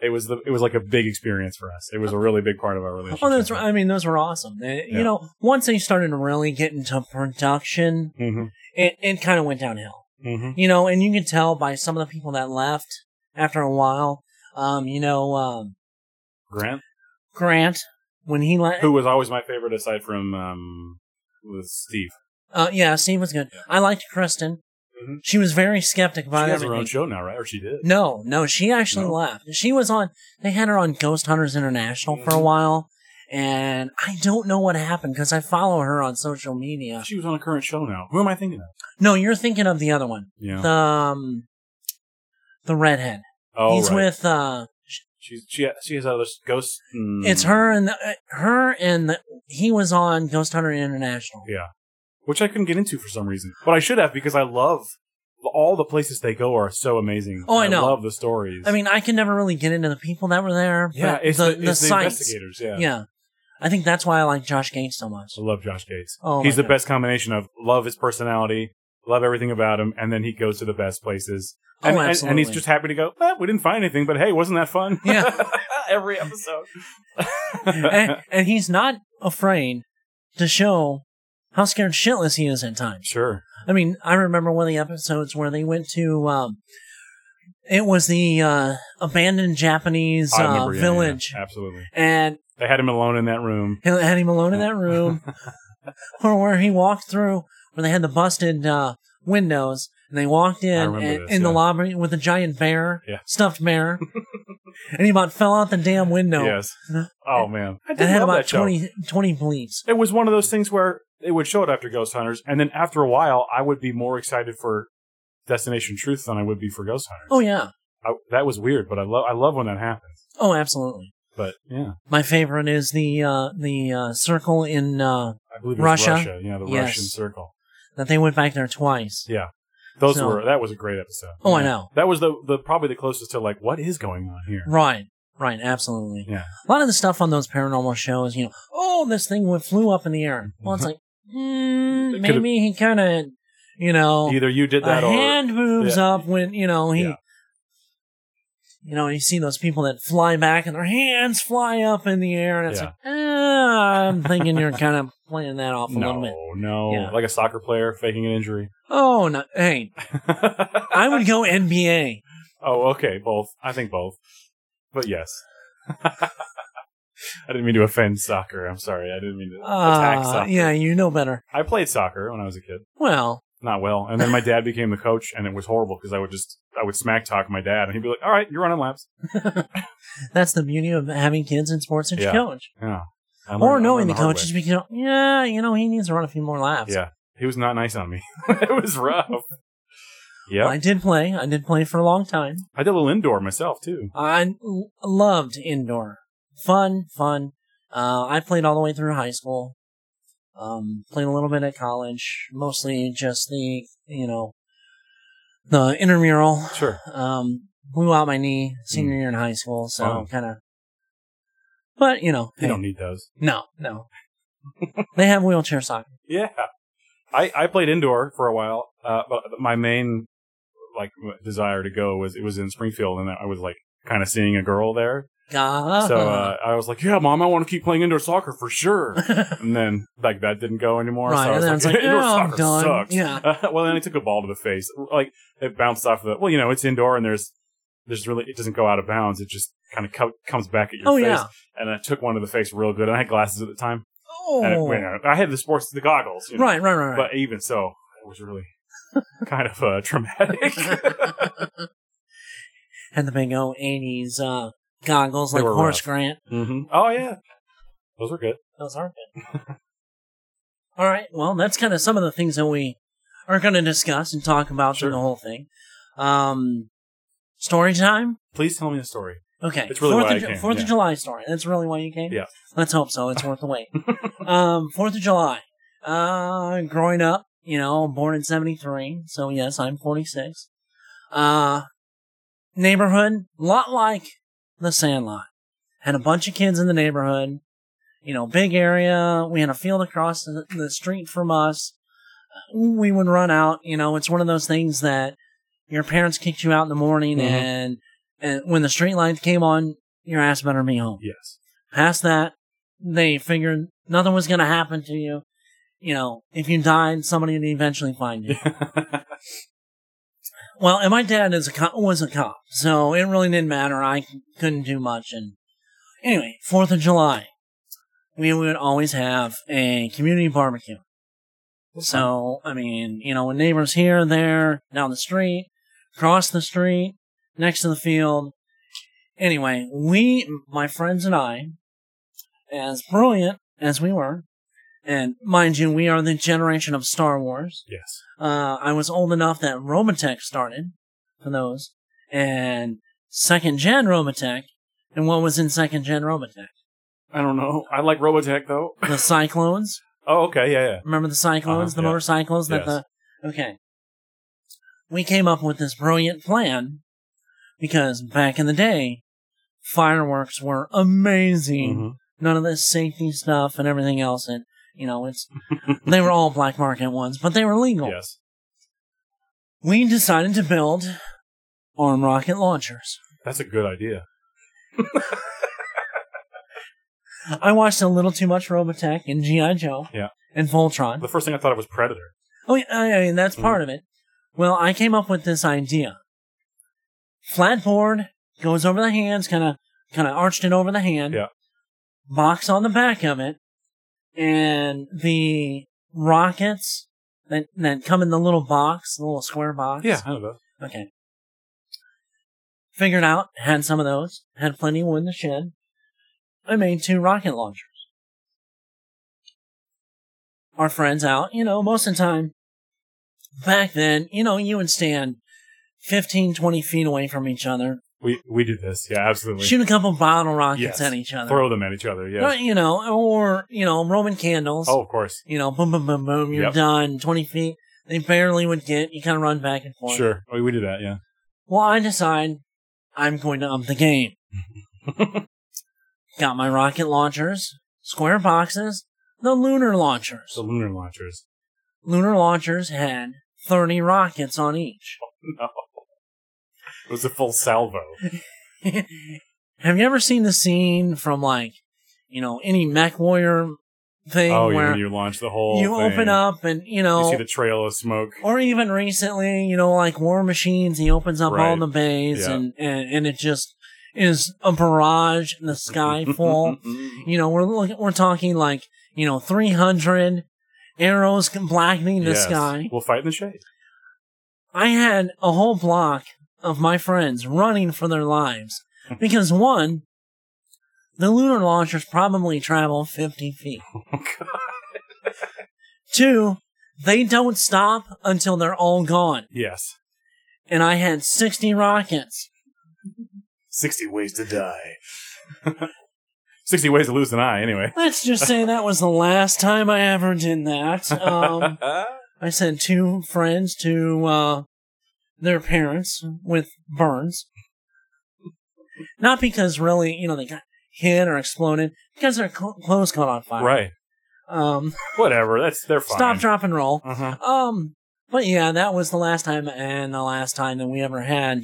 Speaker 1: It was the it was like a big experience for us. It was a really big part of our relationship.
Speaker 2: Oh, that's right. I mean, those were awesome. They-
Speaker 1: Yeah.
Speaker 2: You know, once they started really getting to production,
Speaker 1: Mm-hmm.
Speaker 2: it, it kind of went downhill.
Speaker 1: Mm-hmm.
Speaker 2: You know, and you can tell by some of the people that left after a while. Um, you know, um,
Speaker 1: Grant,
Speaker 2: Grant when he left.
Speaker 1: who was always my favorite aside from um, was Steve.
Speaker 2: Uh, yeah, Steve was good. I liked Kristen.
Speaker 1: Mhm.
Speaker 2: She was very skeptic
Speaker 1: She
Speaker 2: about
Speaker 1: has her
Speaker 2: everything.
Speaker 1: own show now, right? Or she did.
Speaker 2: No, no, she actually
Speaker 1: No?
Speaker 2: left. She was on. They had her on Ghost Hunters International for a
Speaker 1: Mhm.
Speaker 2: while, and I don't know what happened because I follow her on social media.
Speaker 1: She was on a current show now. Who am I thinking of?
Speaker 2: No, you're thinking of the other one,
Speaker 1: Yeah.
Speaker 2: the um, the redhead.
Speaker 1: oh,
Speaker 2: He's
Speaker 1: right.
Speaker 2: with uh,
Speaker 1: She's she she has other s- ghosts. Mm.
Speaker 2: it's her and the, uh, her and the, he was on Ghost Hunter International.
Speaker 1: Yeah. Which I couldn't get into for some reason. But I should have because I love all the places they go are so amazing.
Speaker 2: Oh, I know.
Speaker 1: love the stories.
Speaker 2: I mean, I can never really get into the people that were there.
Speaker 1: yeah,
Speaker 2: but
Speaker 1: it's
Speaker 2: the,
Speaker 1: the, it's the
Speaker 2: sites.
Speaker 1: investigators. Yeah.
Speaker 2: Yeah. I think that's why I like Josh Gaines so much.
Speaker 1: I love Josh Gates.
Speaker 2: Oh,
Speaker 1: He's
Speaker 2: my
Speaker 1: the
Speaker 2: God.
Speaker 1: best combination of love his personality, love everything about him, and then he goes to the best places.
Speaker 2: Oh,
Speaker 1: And, and- and,
Speaker 2: absolutely.
Speaker 1: he's just happy to go, "Eh, we didn't find anything, but hey, wasn't that fun?
Speaker 2: Yeah. Eh.
Speaker 1: Every episode.
Speaker 2: and, and he's not afraid to show how scared shitless he is at times.
Speaker 1: sure.
Speaker 2: I mean, I remember one of the episodes where they went to um, it was the uh, abandoned Japanese
Speaker 1: I
Speaker 2: uh,
Speaker 1: remember, yeah, yeah, yeah.
Speaker 2: village,
Speaker 1: Absolutely.
Speaker 2: and
Speaker 1: They had him alone in that room.
Speaker 2: he had him alone in that room, or where he walked through where they had the busted uh, windows, and they walked in
Speaker 1: remember
Speaker 2: and,
Speaker 1: this,
Speaker 2: in the
Speaker 1: yeah.
Speaker 2: lobby with a giant bear,
Speaker 1: Yeah.
Speaker 2: stuffed bear, and he about fell out the damn window.
Speaker 1: Yes. Oh, man. I did
Speaker 2: And had
Speaker 1: love
Speaker 2: about
Speaker 1: that show.
Speaker 2: 20, 20 bleeps.
Speaker 1: it was one of those things where it would show it after Ghost Hunters, and then after a while, I would be more excited for Destination Truth than I would be for Ghost Hunters.
Speaker 2: Oh yeah.
Speaker 1: I, that was weird, but I love I love when that happens.
Speaker 2: Oh, absolutely.
Speaker 1: But yeah,
Speaker 2: My favorite is the uh, the uh, circle in uh,
Speaker 1: I believe it was
Speaker 2: Russia?
Speaker 1: Russia. Yeah, the
Speaker 2: Yes.
Speaker 1: Russian Circle.
Speaker 2: that they went back there twice.
Speaker 1: Yeah. Those
Speaker 2: So-
Speaker 1: were that was a great episode.
Speaker 2: Oh, I
Speaker 1: Yeah.
Speaker 2: know.
Speaker 1: That was the the probably the closest to like what is going on here.
Speaker 2: Right, right, absolutely.
Speaker 1: Yeah.
Speaker 2: A lot of the stuff on those paranormal shows, you know, oh, this thing went, flew up in the air. Well, it's like, mm,
Speaker 1: Mm-hmm. It could've-
Speaker 2: maybe he kind of, you know,
Speaker 1: Either you did that
Speaker 2: a
Speaker 1: or
Speaker 2: hand moves
Speaker 1: Yeah.
Speaker 2: up when you know he.
Speaker 1: Yeah.
Speaker 2: You know, you see those people that fly back and their hands fly up in the air, and it's
Speaker 1: Yeah.
Speaker 2: like, ah, I'm thinking you're kind of playing that off a little bit.
Speaker 1: no, no,
Speaker 2: Yeah.
Speaker 1: like a soccer player faking an injury.
Speaker 2: Oh, no, hey, I would go NBA.
Speaker 1: Oh, okay, both. I think both. But yes. I didn't mean to offend soccer. I'm sorry. I didn't mean to attack
Speaker 2: Uh,
Speaker 1: soccer.
Speaker 2: yeah, you know better.
Speaker 1: I played soccer when I was a kid.
Speaker 2: Well,
Speaker 1: Not well. And then my dad became the coach, and it was horrible because I would just, I would smack talk my dad, and he'd be like, all right, you're running laps.
Speaker 2: that's the beauty of having kids in sports and
Speaker 1: Yeah.
Speaker 2: coach,
Speaker 1: Yeah. I learned-
Speaker 2: or
Speaker 1: I
Speaker 2: knowing
Speaker 1: learned
Speaker 2: the
Speaker 1: hard way.
Speaker 2: coach is because yeah, you know he needs to run a few more laps.
Speaker 1: Yeah. He was not nice on me. it was rough. Yeah.
Speaker 2: I did play. I did play for a long time.
Speaker 1: I did a little indoor myself, too.
Speaker 2: I l- loved indoor. Fun, fun. Uh, I played all the way through high school. Um, played a little bit at college, mostly just the, you know, the intramural.
Speaker 1: Sure.
Speaker 2: Um, blew out my knee senior year in high school, so
Speaker 1: Mm. Wow.
Speaker 2: kind of. But, you know,
Speaker 1: You
Speaker 2: hey,
Speaker 1: don't need those.
Speaker 2: no, no. they have wheelchair soccer.
Speaker 1: Yeah, I, I played indoor for a while, uh, but my main like desire to go was it was in Springfield, and I was like kind of seeing a girl there,
Speaker 2: Uh-huh.
Speaker 1: so uh, I was like, yeah, mom, I want to keep playing indoor soccer for sure. and then like that didn't go anymore,
Speaker 2: Right,
Speaker 1: so I
Speaker 2: and then
Speaker 1: was like,
Speaker 2: it's like,
Speaker 1: indoor
Speaker 2: "Yeah, I'm
Speaker 1: soccer
Speaker 2: done."
Speaker 1: sucks.
Speaker 2: Yeah.
Speaker 1: well, then I took a ball to the face, like it bounced off the. Well, you know, it's indoor, and there's there's really it doesn't go out of bounds. It just kind of co- comes back at your
Speaker 2: oh,
Speaker 1: face,
Speaker 2: yeah.
Speaker 1: and I took one to the face real good. And I had glasses at the time, and it
Speaker 2: Oh.
Speaker 1: went out. I had the sports, the goggles, you know.
Speaker 2: Right, right, right, right.
Speaker 1: But even so, it was really kind of uh, traumatic.
Speaker 2: and the big old 80s uh, goggles
Speaker 1: They
Speaker 2: like
Speaker 1: were
Speaker 2: Horace
Speaker 1: rough.
Speaker 2: Grant.
Speaker 1: mm-hmm. Oh yeah, those were good.
Speaker 2: Those aren't good. All right. Well, that's kind of some of the things that we are going to discuss and talk about
Speaker 1: Sure.
Speaker 2: through the whole thing. Um, story time.
Speaker 1: Please tell me the story.
Speaker 2: Okay.
Speaker 1: It's really
Speaker 2: Fourth,
Speaker 1: why
Speaker 2: of,
Speaker 1: I came,
Speaker 2: Fourth
Speaker 1: yeah.
Speaker 2: of July story. That's really why you came?
Speaker 1: Yeah.
Speaker 2: Let's hope so. It's worth the wait. um, Fourth of July. Uh, growing up, you know, born in 73. So yes, I'm 46. Uh, neighborhood, lot like the Sandlot. Had a bunch of kids in the neighborhood. You know, big area. We had a field across the, the street from us. We would run out. You know, it's one of those things that your parents kicked you out in the morning
Speaker 1: Mhm.
Speaker 2: and and when the street lights came on, your ass better be home.
Speaker 1: Yes.
Speaker 2: Past that, they figured nothing was going to happen to you. You know, if you died, somebody would eventually find you. well, and my dad is a cop, was a cop, so it really didn't matter. I c- couldn't do much. And anyway, Fourth of July, we would always have a community barbecue. So, I mean, you know, with neighbors here, there, down the street, across the street, next to the field. Anyway, we, my friends and I, as brilliant as we were, and mind you, we are the generation of Star Wars.
Speaker 1: Yes.
Speaker 2: Uh, I was old enough that Robotech started for those, and second gen Robotech, and what was in second gen Robotech?
Speaker 1: I don't know. I like Robotech though.
Speaker 2: The Cyclones,
Speaker 1: Oh, okay. Yeah, yeah.
Speaker 2: Remember the cyclones,
Speaker 1: Uh-huh,
Speaker 2: the
Speaker 1: yeah.
Speaker 2: motorcycles that
Speaker 1: Yes.
Speaker 2: the Okay. We came up with this brilliant plan because back in the day, fireworks were amazing.
Speaker 1: Mhm.
Speaker 2: None of this safety stuff and everything else and you know, it's they were all black market ones, but they were legal.
Speaker 1: Yes.
Speaker 2: We decided to build arm rocket launchers.
Speaker 1: That's a good idea.
Speaker 2: I watched a little too much Robotech and G.I. Joe.
Speaker 1: Yeah.
Speaker 2: And Voltron.
Speaker 1: The first thing I thought of was Predator.
Speaker 2: Oh, yeah, I I mean, that's
Speaker 1: Mhm.
Speaker 2: part of it. Well, I came up with this idea. Flat board goes over the hands, kind of, kind of arched it over the hand.
Speaker 1: Yeah.
Speaker 2: Box on the back of it, and the rockets that that come in the little box, the little square box.
Speaker 1: Yeah, I know that.
Speaker 2: Okay. Figured out, had some of those, had plenty of wood in the shed. I made two rocket launchers. Our friends out, you know, most of the time, back then, you know, you would stand 15, 20 feet away from each other,
Speaker 1: We we did this. Yeah, absolutely.
Speaker 2: shoot a couple bottle rockets
Speaker 1: Yes.
Speaker 2: at each other.
Speaker 1: Throw them at each other. Yeah.
Speaker 2: Right, You know, or, you know, Roman candles.
Speaker 1: Oh, of course.
Speaker 2: You know, boom, boom, boom, boom, you're
Speaker 1: Yep.
Speaker 2: done. 20 feet. They barely would get, you kind of run back and forth.
Speaker 1: Sure. Oh, We, we did that. Yeah.
Speaker 2: Well, I decide I'm going to up the game. Got my rocket launchers, square boxes, the lunar launchers.
Speaker 1: The lunar launchers.
Speaker 2: lunar launchers had 30 rockets on each.
Speaker 1: It was a full salvo.
Speaker 2: Have you ever seen the scene from like, you know, any mech warrior thing
Speaker 1: oh, you,
Speaker 2: where
Speaker 1: you launch the whole.
Speaker 2: you open
Speaker 1: thing.
Speaker 2: up and, you
Speaker 1: You
Speaker 2: know,
Speaker 1: see the trail of smoke.
Speaker 2: or even recently, you know, like War Machines, he opens up all
Speaker 1: Right.
Speaker 2: the bays
Speaker 1: Yeah.
Speaker 2: and, and, and it just is a barrage in the sky full. You know, we're look, we're talking like you know, three hundred arrows blackening the
Speaker 1: Yes.
Speaker 2: sky.
Speaker 1: We'll fight in the shade.
Speaker 2: I had a whole block of my friends running for their lives because one, the lunar launchers probably travel fifty feet.
Speaker 1: Oh,
Speaker 2: Two, they don't stop until they're all gone,
Speaker 1: Yes.
Speaker 2: and I had sixty rockets.
Speaker 1: 60 ways to die. 60 ways to lose an eye, anyway.
Speaker 2: Let's just say that was the last time I ever did that. Um, I sent two friends to uh, their parents with burns. Not because really, you know, they got hit or exploded, because their cl- clothes caught on fire.
Speaker 1: right.
Speaker 2: Um,
Speaker 1: Whatever. That's they're fine.
Speaker 2: stop, drop, and roll.
Speaker 1: Uh-huh.
Speaker 2: Um, but yeah, that was the last time and the last time that we ever had,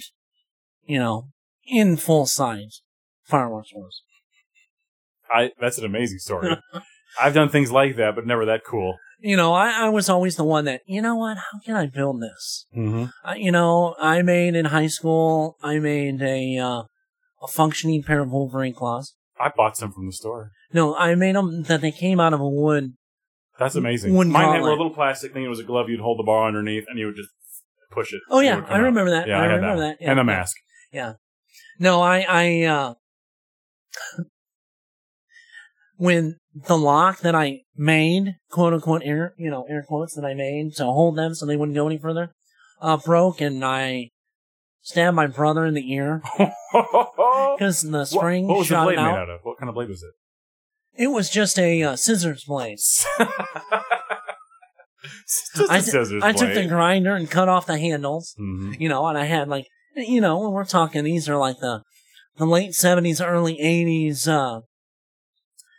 Speaker 2: you know, in full sight fireworks was.
Speaker 1: I, that's an amazing story. I've done things like that, but never that cool.
Speaker 2: You know, I, I was always the one that, you know what, how can I build this?
Speaker 1: Mm-hmm.
Speaker 2: I- you know, I made in high school, I made a uh, a functioning pair of Wolverine claws.
Speaker 1: I bought some from the store.
Speaker 2: No, I made them that they came out of a wood.
Speaker 1: That's amazing.
Speaker 2: Wooden
Speaker 1: Mine had
Speaker 2: gauntlet.
Speaker 1: a little plastic thing. It was a glove. You'd hold the bar underneath, and you would just push it.
Speaker 2: Oh
Speaker 1: and it
Speaker 2: yeah,
Speaker 1: would come
Speaker 2: I
Speaker 1: out.
Speaker 2: remember that.
Speaker 1: Yeah,
Speaker 2: I,
Speaker 1: I, had
Speaker 2: remember
Speaker 1: that.
Speaker 2: that. Yeah.
Speaker 1: And a mask.
Speaker 2: No, I I uh, when the lock that I made, quote unquote, air you know air quotes that I made to hold them so they wouldn't go any further, uh, broke, and I stabbed my brother in the ear
Speaker 1: what,
Speaker 2: because the spring
Speaker 1: what was the
Speaker 2: shot
Speaker 1: blade
Speaker 2: it
Speaker 1: made
Speaker 2: out.
Speaker 1: out of? What kind of blade was it?
Speaker 2: It was just a uh, scissors blade.
Speaker 1: It's just
Speaker 2: I
Speaker 1: a
Speaker 2: t-
Speaker 1: scissors
Speaker 2: I took the
Speaker 1: blade.
Speaker 2: grinder and cut off the handles,
Speaker 1: Mhm.
Speaker 2: you know, and I had like, you know, when we're talking, these are like the the late seventies, early eighties uh,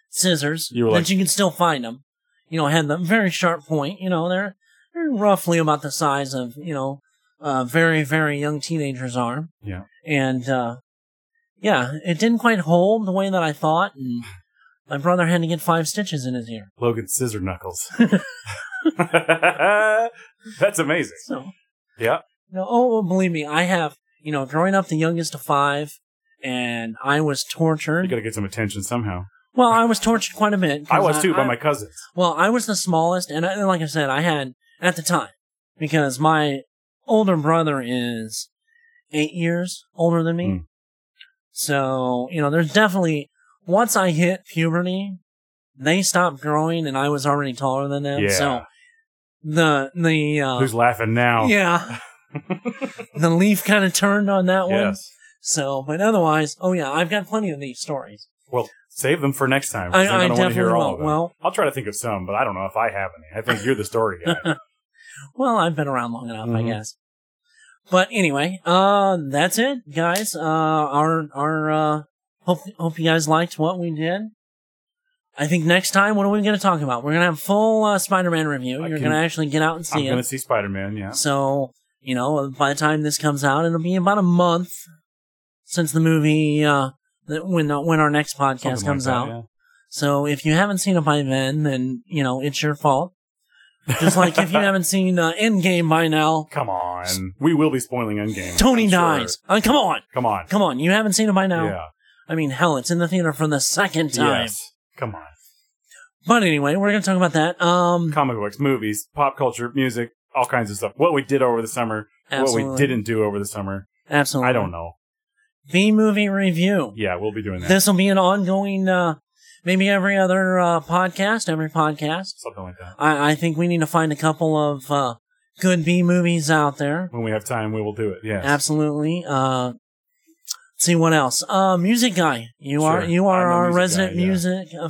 Speaker 2: scissors
Speaker 1: You were
Speaker 2: that
Speaker 1: like-
Speaker 2: you can still find them. You know, had the very sharp point. You know, they're, they're roughly about the size of you know a very very young teenager's arm.
Speaker 1: Yeah.
Speaker 2: and uh, yeah, it didn't quite hold the way that I thought, and my brother had to get five stitches in his ear.
Speaker 1: Logan scissor knuckles. That's amazing.
Speaker 2: So
Speaker 1: Yeah.
Speaker 2: No, oh, well, believe me, I have. You know, growing up the youngest of five, and I was
Speaker 1: You
Speaker 2: tortured.
Speaker 1: got to get some attention somehow.
Speaker 2: well, I was tortured quite a bit. 'cause
Speaker 1: I was too by
Speaker 2: I-
Speaker 1: my cousins.
Speaker 2: Well, I was the smallest, and, I, and like I said, I had at the time because my older brother is eight years older than me.
Speaker 1: Hmm.
Speaker 2: So you know, there's definitely once I hit puberty, they stopped growing, and I was already taller than them.
Speaker 1: Yeah.
Speaker 2: So the the uh,
Speaker 1: Who's laughing now?
Speaker 2: yeah. the leaf kind of turned on that one.
Speaker 1: Yes.
Speaker 2: So, but otherwise, oh yeah, I've got plenty of these stories.
Speaker 1: Well, save them for next time. 'cause I'm
Speaker 2: I, I
Speaker 1: gonna wanna
Speaker 2: definitely
Speaker 1: hear all
Speaker 2: will.
Speaker 1: of them.
Speaker 2: Well,
Speaker 1: I'll try to think of some, but I don't know if I have any. I think you're the story guy.
Speaker 2: well, I've been around long enough, I
Speaker 1: Mhm.
Speaker 2: guess. But anyway, uh, that's it, guys. Uh, our our uh, hope hope you guys liked what we did. I think next time, what are we going to talk about? We're going to have full uh, Spider-Man review.
Speaker 1: I
Speaker 2: You're
Speaker 1: can-
Speaker 2: going to actually get out and
Speaker 1: I'm
Speaker 2: see
Speaker 1: going to
Speaker 2: it.
Speaker 1: see Spider Man, yeah.
Speaker 2: So, you know, by the time this comes out, it'll be about a month since the movie uh, that when when our next podcast
Speaker 1: Something like
Speaker 2: comes
Speaker 1: that,
Speaker 2: out.
Speaker 1: yeah.
Speaker 2: So if you haven't seen it by then, then you know it's your fault. Just like if you haven't seen uh, Endgame by now,
Speaker 1: Come on. We will be spoiling Endgame.
Speaker 2: Tony
Speaker 1: I'm sure.
Speaker 2: dies. Uh, come on,
Speaker 1: Come on.
Speaker 2: come on! You haven't seen it by now.
Speaker 1: Yeah.
Speaker 2: I mean, hell, it's in the theater for the second time.
Speaker 1: Yes. Come on.
Speaker 2: But anyway, we're gonna talk about that. Um,
Speaker 1: Comic books, movies, pop culture, music, all kinds of stuff. What we did over the summer,
Speaker 2: absolutely.
Speaker 1: what we didn't do over the summer.
Speaker 2: Absolutely.
Speaker 1: I don't know.
Speaker 2: B movie review.
Speaker 1: Yeah, we'll be doing that.
Speaker 2: This will be an ongoing, uh, maybe every other uh, podcast, every podcast.
Speaker 1: Something like that.
Speaker 2: I, I think we need to find a couple of uh, good B movies out there.
Speaker 1: When we have time, we will do it. Yes.
Speaker 2: Absolutely. Uh, let's see what else. Uh, music guy, you
Speaker 1: Sure.
Speaker 2: are you are
Speaker 1: I'm a
Speaker 2: our
Speaker 1: music
Speaker 2: resident
Speaker 1: guy, yeah.
Speaker 2: music
Speaker 1: I'll-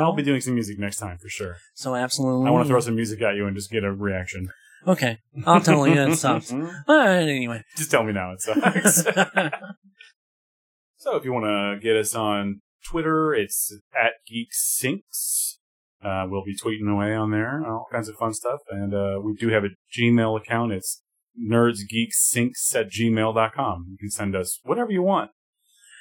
Speaker 1: I'll, I'll be doing some music next time for sure.
Speaker 2: so absolutely,
Speaker 1: I want to throw some music at you and just get a reaction.
Speaker 2: Okay, I'll tell you that sucks. All right, anyway.
Speaker 1: Just tell me now it sucks. so if you want to get us on Twitter, it's at GeekSinks. Uh, we'll be tweeting away on there, all kinds of fun stuff. And uh, we do have a Gmail account. It's nerdsgeeksinks at gmail.com. You can send us whatever you want.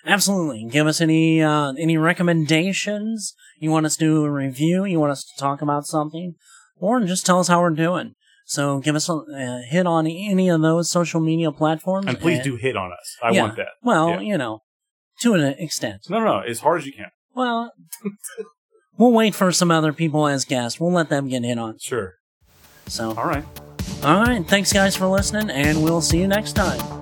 Speaker 2: Absolutely. Give us any uh, any recommendations. You want us to do a review? You want us to talk about something, or just tell us how we're doing. So give us a uh, hit on any of those social media platforms,
Speaker 1: And please do hit on us. I
Speaker 2: Yeah.
Speaker 1: want that.
Speaker 2: Well,
Speaker 1: Yeah.
Speaker 2: you know, to an extent.
Speaker 1: No, no, no. As hard as you can.
Speaker 2: Well, we'll wait for some other people as guests. We'll let them get hit on.
Speaker 1: Sure.
Speaker 2: So,
Speaker 1: All right.
Speaker 2: all right. Thanks, guys, for listening, and we'll see you next time.